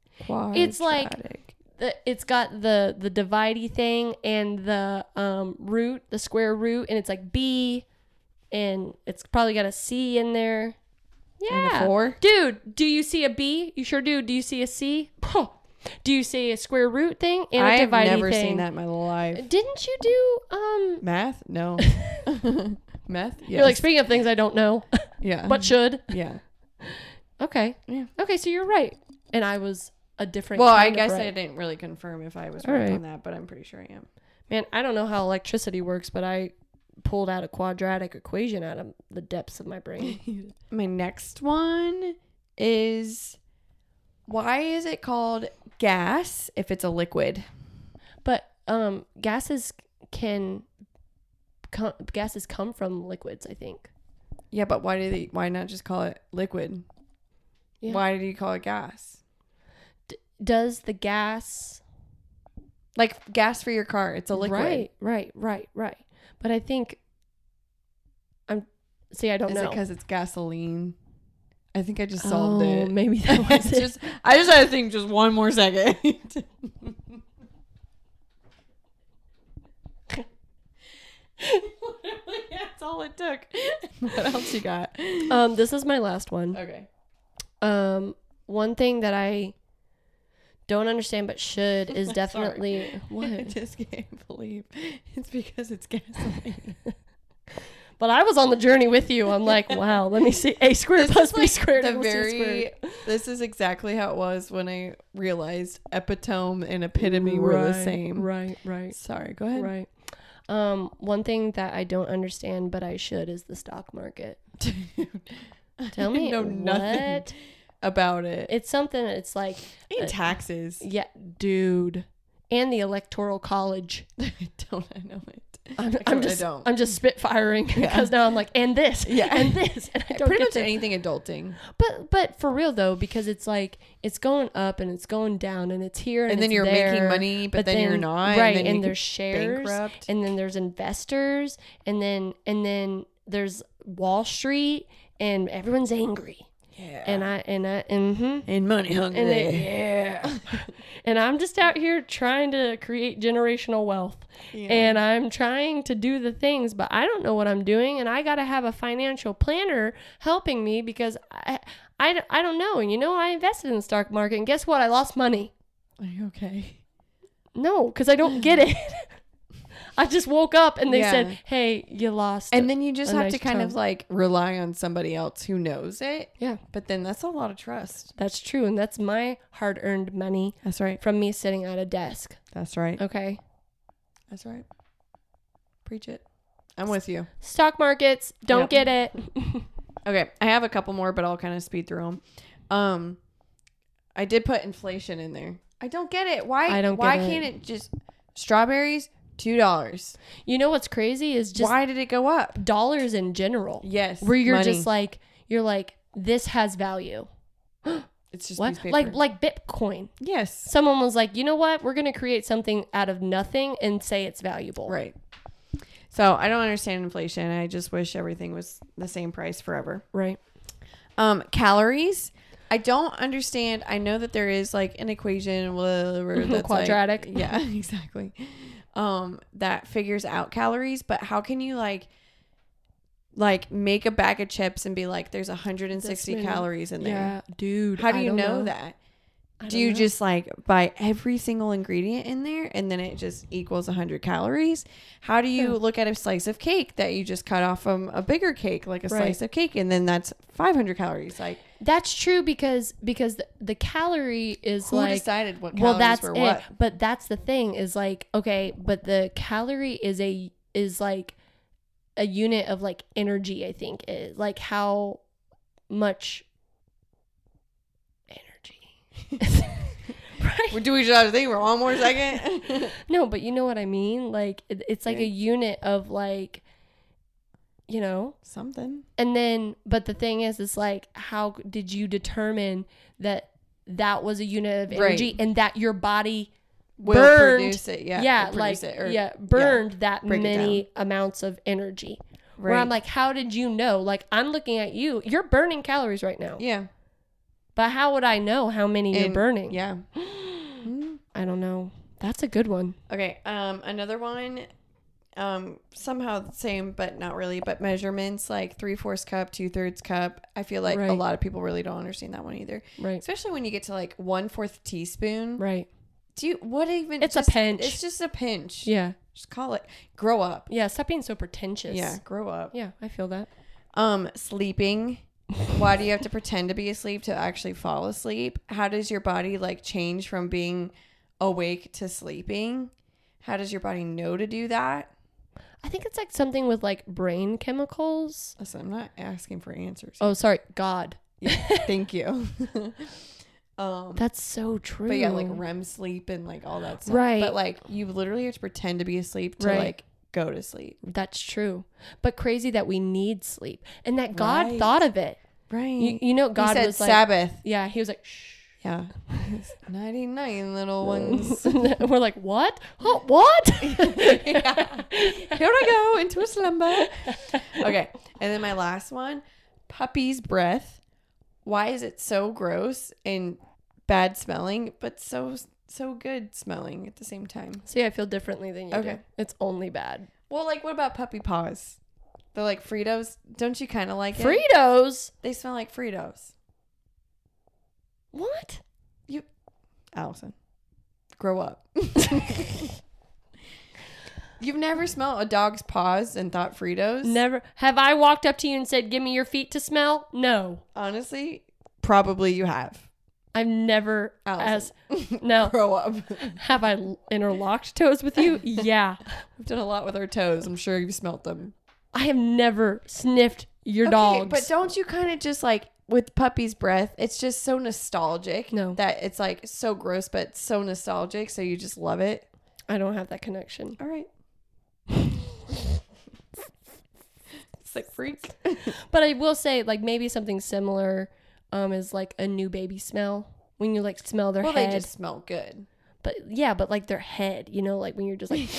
Speaker 1: it's like-
Speaker 2: Quadratic.
Speaker 1: the, it's got the the dividey thing and the um root, the square root, and it's like B, and it's probably got a C in there.
Speaker 2: and
Speaker 1: Yeah,
Speaker 2: a four.
Speaker 1: dude, do you see a B? You sure do. Do you see a C? Huh. Do you say a square root thing and a
Speaker 2: I've
Speaker 1: dividing
Speaker 2: never
Speaker 1: thing?
Speaker 2: seen that in my life.
Speaker 1: Didn't you do um?
Speaker 2: Math? [laughs] No. Math? Yes.
Speaker 1: You're like speaking of things I don't know, [laughs]
Speaker 2: yeah.
Speaker 1: but should.
Speaker 2: yeah.
Speaker 1: Um, Okay.
Speaker 2: Yeah.
Speaker 1: Okay, so you're right, and I was a different.
Speaker 2: Well, I
Speaker 1: kind of
Speaker 2: guess
Speaker 1: right.
Speaker 2: I didn't really confirm if I was
Speaker 1: All
Speaker 2: right,
Speaker 1: right.
Speaker 2: on that, but I'm pretty sure I am.
Speaker 1: Man, I don't know how electricity works, but I pulled out a quadratic equation out of the depths of my [laughs] brain.
Speaker 2: My next one is why is it called gas if it's a liquid?
Speaker 1: But um, gases can come, gases come from liquids. I think
Speaker 2: Yeah, but why do they why not just call it liquid?
Speaker 1: Yeah.
Speaker 2: Why do you call it gas?
Speaker 1: does the gas
Speaker 2: Like gas for your car, it's a liquid.
Speaker 1: right, right, right, right. But I think I'm see. I don't
Speaker 2: Is it
Speaker 1: know.
Speaker 2: because it's gasoline? I think I just solved
Speaker 1: oh,
Speaker 2: it.
Speaker 1: maybe that [laughs] was it.
Speaker 2: just, [laughs] I just had to think just one more second. [laughs] That's all it took. [laughs] What else you got?
Speaker 1: Um, this is my last one.
Speaker 2: okay.
Speaker 1: Um, one thing that I don't understand but
Speaker 2: [laughs]
Speaker 1: should is definitely
Speaker 2: I
Speaker 1: what.
Speaker 2: [laughs] just can't believe it's because it's gasoline.
Speaker 1: But I was on the journey with you. I'm
Speaker 2: [laughs]
Speaker 1: like, wow. Let me see. A squared plus B squared
Speaker 2: the
Speaker 1: equals C squared.
Speaker 2: very this is exactly how it was when I realized epitome and epitome were the
Speaker 1: Right,
Speaker 2: same.
Speaker 1: Right. Right.
Speaker 2: Sorry, go ahead.
Speaker 1: Right. Um, one thing that I don't understand but I should is the stock
Speaker 2: [laughs]
Speaker 1: market. Tell me
Speaker 2: know nothing.
Speaker 1: what
Speaker 2: About it.
Speaker 1: it's something. It's like,
Speaker 2: And taxes.
Speaker 1: yeah, dude, and the electoral college.
Speaker 2: I [laughs] don't I know it.
Speaker 1: I'm,
Speaker 2: Okay,
Speaker 1: I'm
Speaker 2: I
Speaker 1: just,
Speaker 2: don't.
Speaker 1: I'm just spitfiring because now I'm like, and this,
Speaker 2: Yeah.
Speaker 1: and this, and I don't
Speaker 2: Pretty
Speaker 1: get
Speaker 2: much
Speaker 1: to-
Speaker 2: anything adulting.
Speaker 1: But but for real though, because it's like it's going up and it's going down and it's here and,
Speaker 2: And then
Speaker 1: it's
Speaker 2: you're making
Speaker 1: there,
Speaker 2: money, but then you're not, and
Speaker 1: right?
Speaker 2: then
Speaker 1: And,
Speaker 2: you
Speaker 1: there's
Speaker 2: get
Speaker 1: shares,
Speaker 2: bankrupt.
Speaker 1: and then there's investors, and then and then there's Wall Street, and everyone's angry.
Speaker 2: Yeah.
Speaker 1: And I and I mm-hmm.
Speaker 2: And money
Speaker 1: And
Speaker 2: hungry.
Speaker 1: it- yeah, [laughs] and I'm just out here trying to create generational wealth, and I'm trying to do the things, but I don't know what I'm doing, and I got to have a financial planner helping me because I, I, d- I don't know. And you know, I invested in the stock market, and guess what? I lost money.
Speaker 2: Are you okay?
Speaker 1: No, because I don't get it. [laughs] I just woke up and they
Speaker 2: Yeah.
Speaker 1: said, "Hey, you lost."
Speaker 2: And then you just
Speaker 1: a
Speaker 2: have
Speaker 1: nice
Speaker 2: to kind of
Speaker 1: chunk.
Speaker 2: like rely on somebody else who knows it.
Speaker 1: yeah,
Speaker 2: But then that's a lot of trust.
Speaker 1: that's true, and that's my hard-earned money
Speaker 2: That's right.
Speaker 1: from me sitting at a desk.
Speaker 2: That's right.
Speaker 1: Okay.
Speaker 2: That's right. Preach it. I'm with you.
Speaker 1: Stock markets, don't
Speaker 2: Yep.
Speaker 1: get it. [laughs]
Speaker 2: Okay, I have a couple more, but I'll kind of speed through them. Um, I did put inflation in there. I don't get it. Why?
Speaker 1: I don't
Speaker 2: Why
Speaker 1: get it.
Speaker 2: can't it just strawberries two dollars?
Speaker 1: You know what's crazy is just
Speaker 2: Why did it go up?
Speaker 1: dollars in general.
Speaker 2: Yes,
Speaker 1: where you're
Speaker 2: money.
Speaker 1: just like you're like this has value.
Speaker 2: it's just
Speaker 1: What?
Speaker 2: newspaper.
Speaker 1: Like like Bitcoin.
Speaker 2: yes,
Speaker 1: Someone was like, "You know what? We're going to create something out of nothing and say it's valuable."
Speaker 2: right. So I don't understand inflation. I just wish everything was the same price forever.
Speaker 1: Right.
Speaker 2: Um, calories. I don't understand. I know that there is like an equation, whatever, that's like-
Speaker 1: Mm-hmm. Quadratic.
Speaker 2: [laughs] yeah, exactly. Um, that figures out calories, but how can you like, like make a bag of chips and be like, there's 160
Speaker 1: many.
Speaker 2: calories in there?
Speaker 1: dude.
Speaker 2: How do you know, that? Do you just like buy every single ingredient in there and then it just equals 100 calories? How do you look at a slice of cake that you just cut off from a bigger cake, like a
Speaker 1: Right.
Speaker 2: slice of cake, and then that's 500 calories? Like,
Speaker 1: That's true because because the, the calorie is
Speaker 2: Who
Speaker 1: like
Speaker 2: decided what calories
Speaker 1: well that's
Speaker 2: were
Speaker 1: it
Speaker 2: [laughs] what?
Speaker 1: but that's the thing is like okay but the calorie is a is like a unit of like energy i think is like how much energy [laughs] right
Speaker 2: We're doing each other's thing. We're on more second.
Speaker 1: no but you know what i mean like it, it's like a
Speaker 2: Yeah.
Speaker 1: unit of like you know
Speaker 2: [laughs] Something.
Speaker 1: and then but the thing is it's like how did you determine that that was a unit of
Speaker 2: Right.
Speaker 1: energy and that your body
Speaker 2: Will
Speaker 1: Burned.
Speaker 2: produce it. Yeah.
Speaker 1: yeah,
Speaker 2: or
Speaker 1: like
Speaker 2: produce it, or-
Speaker 1: yeah, burned that
Speaker 2: break it
Speaker 1: many amounts of energy. Where
Speaker 2: Right.
Speaker 1: I'm like, how did you know? Like, I'm looking at you. You're burning calories right now,
Speaker 2: Yeah.
Speaker 1: but how would I know how many you're
Speaker 2: And-
Speaker 1: burning?
Speaker 2: Yeah.
Speaker 1: I don't know. That's a good one.
Speaker 2: Okay. Um. Another one. um, somehow the same, but not really. But measurements like three fourths cup, two thirds cup. I feel like a
Speaker 1: Right.
Speaker 2: lot of people really don't understand that one either,
Speaker 1: Right.
Speaker 2: especially when you get to like one fourth teaspoon.
Speaker 1: Right.
Speaker 2: Do you what even?
Speaker 1: It's a
Speaker 2: just-
Speaker 1: pinch.
Speaker 2: It's just a pinch.
Speaker 1: Yeah.
Speaker 2: Just call it. Grow up.
Speaker 1: Yeah. Stop being so pretentious.
Speaker 2: Yeah, grow up.
Speaker 1: Yeah. I feel that.
Speaker 2: Um, sleeping. Why do you have to pretend to be asleep to actually fall asleep? How does your body like change from being awake to sleeping? How does your body know to do that?
Speaker 1: I think it's like something with like brain chemicals.
Speaker 2: Listen, I'm not asking for answers.
Speaker 1: Oh, sorry. God.
Speaker 2: [laughs] Thank you. [laughs] um,
Speaker 1: That's so true.
Speaker 2: but yeah, like REM sleep and like all that stuff.
Speaker 1: Right.
Speaker 2: But like you literally have to pretend to be asleep to
Speaker 1: Right.
Speaker 2: like go to sleep.
Speaker 1: That's true. But crazy that we need sleep and that God
Speaker 2: Right.
Speaker 1: thought of it.
Speaker 2: Right.
Speaker 1: You, you know, God
Speaker 2: he said
Speaker 1: was like,
Speaker 2: Sabbath.
Speaker 1: yeah, he was like, shh. [laughs]
Speaker 2: Yeah. Ninety nine little ones. [laughs]
Speaker 1: We're like, what? Huh, what?
Speaker 2: Yeah.
Speaker 1: [laughs]
Speaker 2: Here I go into a slumber. Okay. And then my last one, puppy's breath. Why is it so gross and bad smelling, but so so good smelling at the same time?
Speaker 1: See, I feel differently than you do.
Speaker 2: Okay.
Speaker 1: It's only bad.
Speaker 2: Well, like what about puppy paws? They're like Fritos. Don't you kind of like it?
Speaker 1: Fritos?
Speaker 2: They smell like Fritos.
Speaker 1: What?
Speaker 2: Allison, grow up. You've never smelled a dog's paws and thought Fritos?
Speaker 1: Never. Have I walked up to you and said, give me your feet to smell? No.
Speaker 2: Honestly, probably you have.
Speaker 1: I've never
Speaker 2: Allison.
Speaker 1: as
Speaker 2: [laughs]
Speaker 1: no.
Speaker 2: Grow up.
Speaker 1: Have I l- interlocked toes with
Speaker 2: [laughs]
Speaker 1: you? Yeah.
Speaker 2: We've done a lot with our toes. I'm sure you've smelt them.
Speaker 1: I have never sniffed your dogs.
Speaker 2: But don't you kind of just like with puppy's breath, it's just so nostalgic.
Speaker 1: No.
Speaker 2: That it's like so gross, but so nostalgic. So you just love it.
Speaker 1: I don't have that connection.
Speaker 2: All right. Sick freak. [laughs]
Speaker 1: But I will say, like maybe something similar um, is like a new baby smell when you like smell their
Speaker 2: Well,
Speaker 1: head.
Speaker 2: they just smell good.
Speaker 1: But yeah, but like their head, you know, like when you're just like,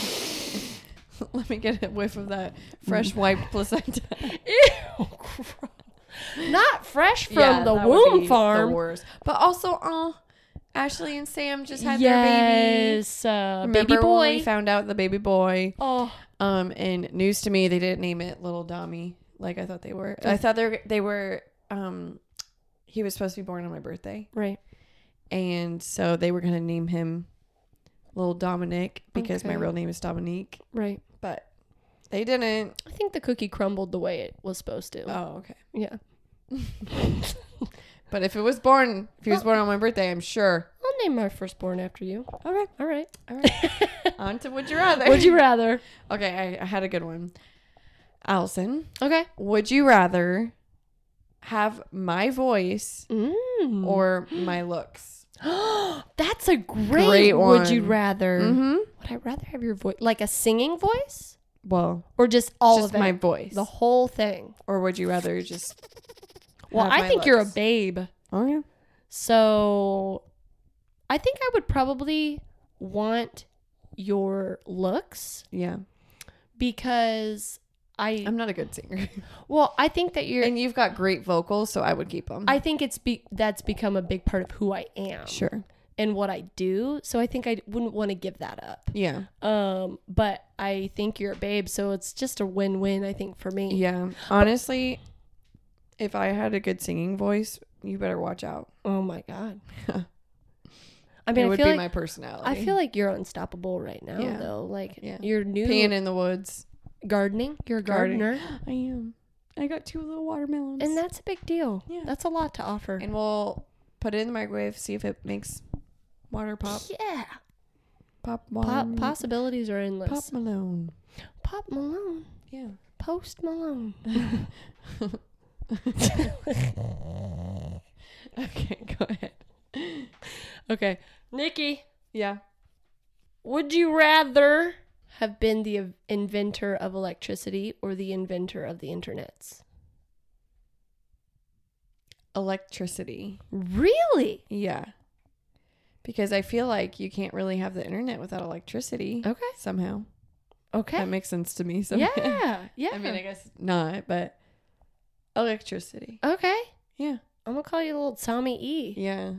Speaker 1: [laughs]
Speaker 2: [laughs] Let me get a whiff of that fresh [laughs] wiped placenta from
Speaker 1: ew, gross. not fresh from the womb farm.
Speaker 2: But also, uh, Ashley and Sam just had their baby.
Speaker 1: yes, uh, baby
Speaker 2: Remember when
Speaker 1: boy.
Speaker 2: we found out the baby boy.
Speaker 1: oh,
Speaker 2: Um, and news to me, they didn't name it Little Dommy like I thought they were. I thought they were, they were. Um, he was supposed to be born on my birthday,
Speaker 1: right.
Speaker 2: and so they were gonna name him Little Dominic because my
Speaker 1: Okay.
Speaker 2: real name is Dominique,
Speaker 1: Right.
Speaker 2: but they didn't.
Speaker 1: I think the cookie crumbled the way it was supposed to.
Speaker 2: Oh, okay.
Speaker 1: yeah.
Speaker 2: But if it was born, if he was born on my birthday, I'm sure.
Speaker 1: I'll name my firstborn after you.
Speaker 2: Okay.
Speaker 1: All right.
Speaker 2: All right. On to would you
Speaker 1: [laughs]
Speaker 2: rather.
Speaker 1: Would you rather?
Speaker 2: Okay, I, I had a good one. Allison,
Speaker 1: Okay.
Speaker 2: would you rather have my voice
Speaker 1: Mm.
Speaker 2: or my looks?
Speaker 1: [gasps] That's a great,
Speaker 2: Great
Speaker 1: would you
Speaker 2: one.
Speaker 1: rather?
Speaker 2: Mm-hmm.
Speaker 1: Would I rather have your voice like a singing voice
Speaker 2: Well,
Speaker 1: or just all
Speaker 2: just
Speaker 1: of it?
Speaker 2: my voice.
Speaker 1: the whole thing.
Speaker 2: or would you rather just?
Speaker 1: Well,
Speaker 2: have
Speaker 1: I
Speaker 2: my
Speaker 1: think you're a
Speaker 2: looks?
Speaker 1: babe.
Speaker 2: Oh yeah.
Speaker 1: So I think I would probably want your looks
Speaker 2: Yeah.
Speaker 1: because I
Speaker 2: I'm not a good singer, [laughs]
Speaker 1: well, I think that you're
Speaker 2: and you've got great vocals, so I would keep them.
Speaker 1: I think it's be that's become a big part of who I am
Speaker 2: sure.
Speaker 1: and what I do. So I think I wouldn't want to give that up.
Speaker 2: Yeah.
Speaker 1: Um, but I think you're a babe, so it's just a win-win. I think for me.
Speaker 2: Yeah. Honestly, if I had a good singing voice, you better watch out.
Speaker 1: Oh my
Speaker 2: [laughs]
Speaker 1: god. I
Speaker 2: I
Speaker 1: mean,
Speaker 2: it
Speaker 1: I
Speaker 2: would
Speaker 1: feel
Speaker 2: be
Speaker 1: like
Speaker 2: my personality.
Speaker 1: I feel like you're unstoppable right now,
Speaker 2: Yeah.
Speaker 1: though. Like
Speaker 2: Yeah.
Speaker 1: you're new
Speaker 2: peeing in the woods.
Speaker 1: gardening. You're a
Speaker 2: Garden-
Speaker 1: gardener,
Speaker 2: I am. I got two little watermelons.
Speaker 1: and that's a big deal.
Speaker 2: Yeah.
Speaker 1: That's a lot to offer.
Speaker 2: and we'll put it in the microwave, see if it makes water pop.
Speaker 1: yeah,
Speaker 2: Pop
Speaker 1: Pop,
Speaker 2: watermelon.
Speaker 1: possibilities are endless. Pop,
Speaker 2: Um, Pop Malone.
Speaker 1: Malone,
Speaker 2: Yeah.
Speaker 1: Post Malone. [laughs]
Speaker 2: Okay, go ahead.
Speaker 1: Okay, Nikki,
Speaker 2: Yeah.
Speaker 1: would you rather have been the ev- inventor of electricity or the inventor of the internets?
Speaker 2: Electricity.
Speaker 1: Really?
Speaker 2: Yeah. Because I feel like you can't really have the internet without electricity.
Speaker 1: Okay.
Speaker 2: Somehow. That
Speaker 1: Okay.
Speaker 2: makes sense to me. Somehow.
Speaker 1: Oh, Yeah. Yeah.
Speaker 2: [laughs] I mean, I guess not, but electricity.
Speaker 1: okay.
Speaker 2: Yeah.
Speaker 1: I'm gonna call you little Tommy E,
Speaker 2: Yeah.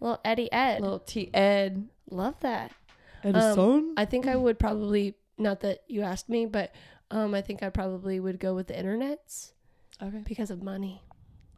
Speaker 1: little Eddie Ed.
Speaker 2: Little T Ed. Um,
Speaker 1: Love that.
Speaker 2: Edison?
Speaker 1: I think I would probably Not that you asked me, but um, I think I probably would go with the internets
Speaker 2: Okay.
Speaker 1: because of money.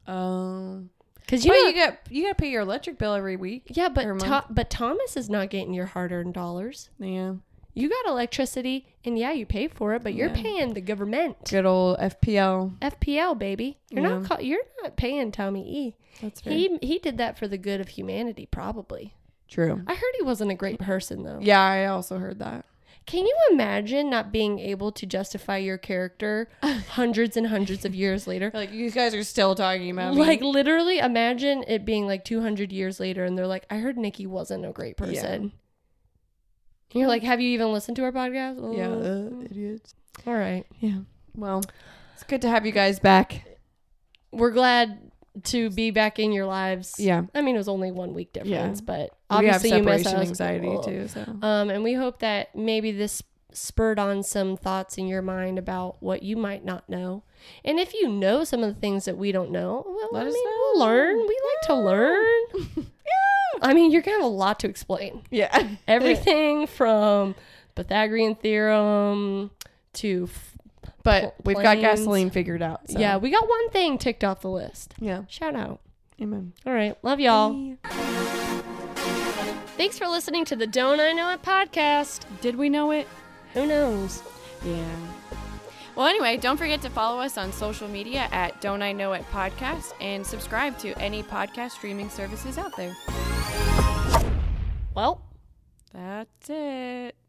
Speaker 2: Um.
Speaker 1: Because
Speaker 2: You
Speaker 1: you,
Speaker 2: but
Speaker 1: know,
Speaker 2: you got you got to pay your electric bill every week.
Speaker 1: yeah,
Speaker 2: per
Speaker 1: but
Speaker 2: month.
Speaker 1: to- but Thomas is not getting your hard-earned dollars.
Speaker 2: Yeah.
Speaker 1: You got electricity, and yeah, you pay for it, but you're
Speaker 2: Yeah.
Speaker 1: paying the government.
Speaker 2: Good old FPL.
Speaker 1: FPL baby, you're not
Speaker 2: Yeah.
Speaker 1: call- you're not paying Tommy E.
Speaker 2: That's fair.
Speaker 1: He he did that for the good of humanity, probably.
Speaker 2: True.
Speaker 1: I heard he wasn't a great person though.
Speaker 2: Yeah, I also heard that.
Speaker 1: Can you imagine not being able to justify your
Speaker 2: [laughs]
Speaker 1: character hundreds and hundreds of years later?
Speaker 2: Like you guys are still talking about
Speaker 1: Like literally imagine it being like 200 years later and they're like I heard Nikki wasn't a great
Speaker 2: Yeah.
Speaker 1: person. And you're like have you even listened to our podcast?
Speaker 2: me. Yeah.
Speaker 1: Uh,
Speaker 2: idiots.
Speaker 1: All right.
Speaker 2: Yeah. Well, it's good to have you guys back.
Speaker 1: We're glad to be back in your lives.
Speaker 2: Yeah.
Speaker 1: I mean it was only one week difference, but
Speaker 2: We have
Speaker 1: obviously you miss
Speaker 2: separation
Speaker 1: us.
Speaker 2: anxiety
Speaker 1: Ugh.
Speaker 2: too. [laughs] So
Speaker 1: Um, and we hope that maybe this spurred on some thoughts in your mind about what you might not know. And if you know some of the things that we don't know, well,
Speaker 2: Let
Speaker 1: I
Speaker 2: us
Speaker 1: mean,
Speaker 2: know.
Speaker 1: we'll learn. We like to
Speaker 2: [laughs]
Speaker 1: learn. I mean, you're going to have a lot to explain.
Speaker 2: [laughs] yeah.
Speaker 1: Everything from Pythagorean theorem to, f-
Speaker 2: But
Speaker 1: Pl-
Speaker 2: we've got
Speaker 1: planes.
Speaker 2: gasoline figured out. So.
Speaker 1: yeah, we got one thing ticked off the list.
Speaker 2: Yeah.
Speaker 1: Shout out.
Speaker 2: Amen.
Speaker 1: All right. Love y'all. Thanks for listening to the Don't I Know It podcast.
Speaker 2: Did we know it?
Speaker 1: Who knows?
Speaker 2: Yeah. Well, anyway, don't forget to follow us on social media at Don't I Know It Podcast and subscribe to any podcast streaming services out there.
Speaker 1: Well,
Speaker 2: That's it.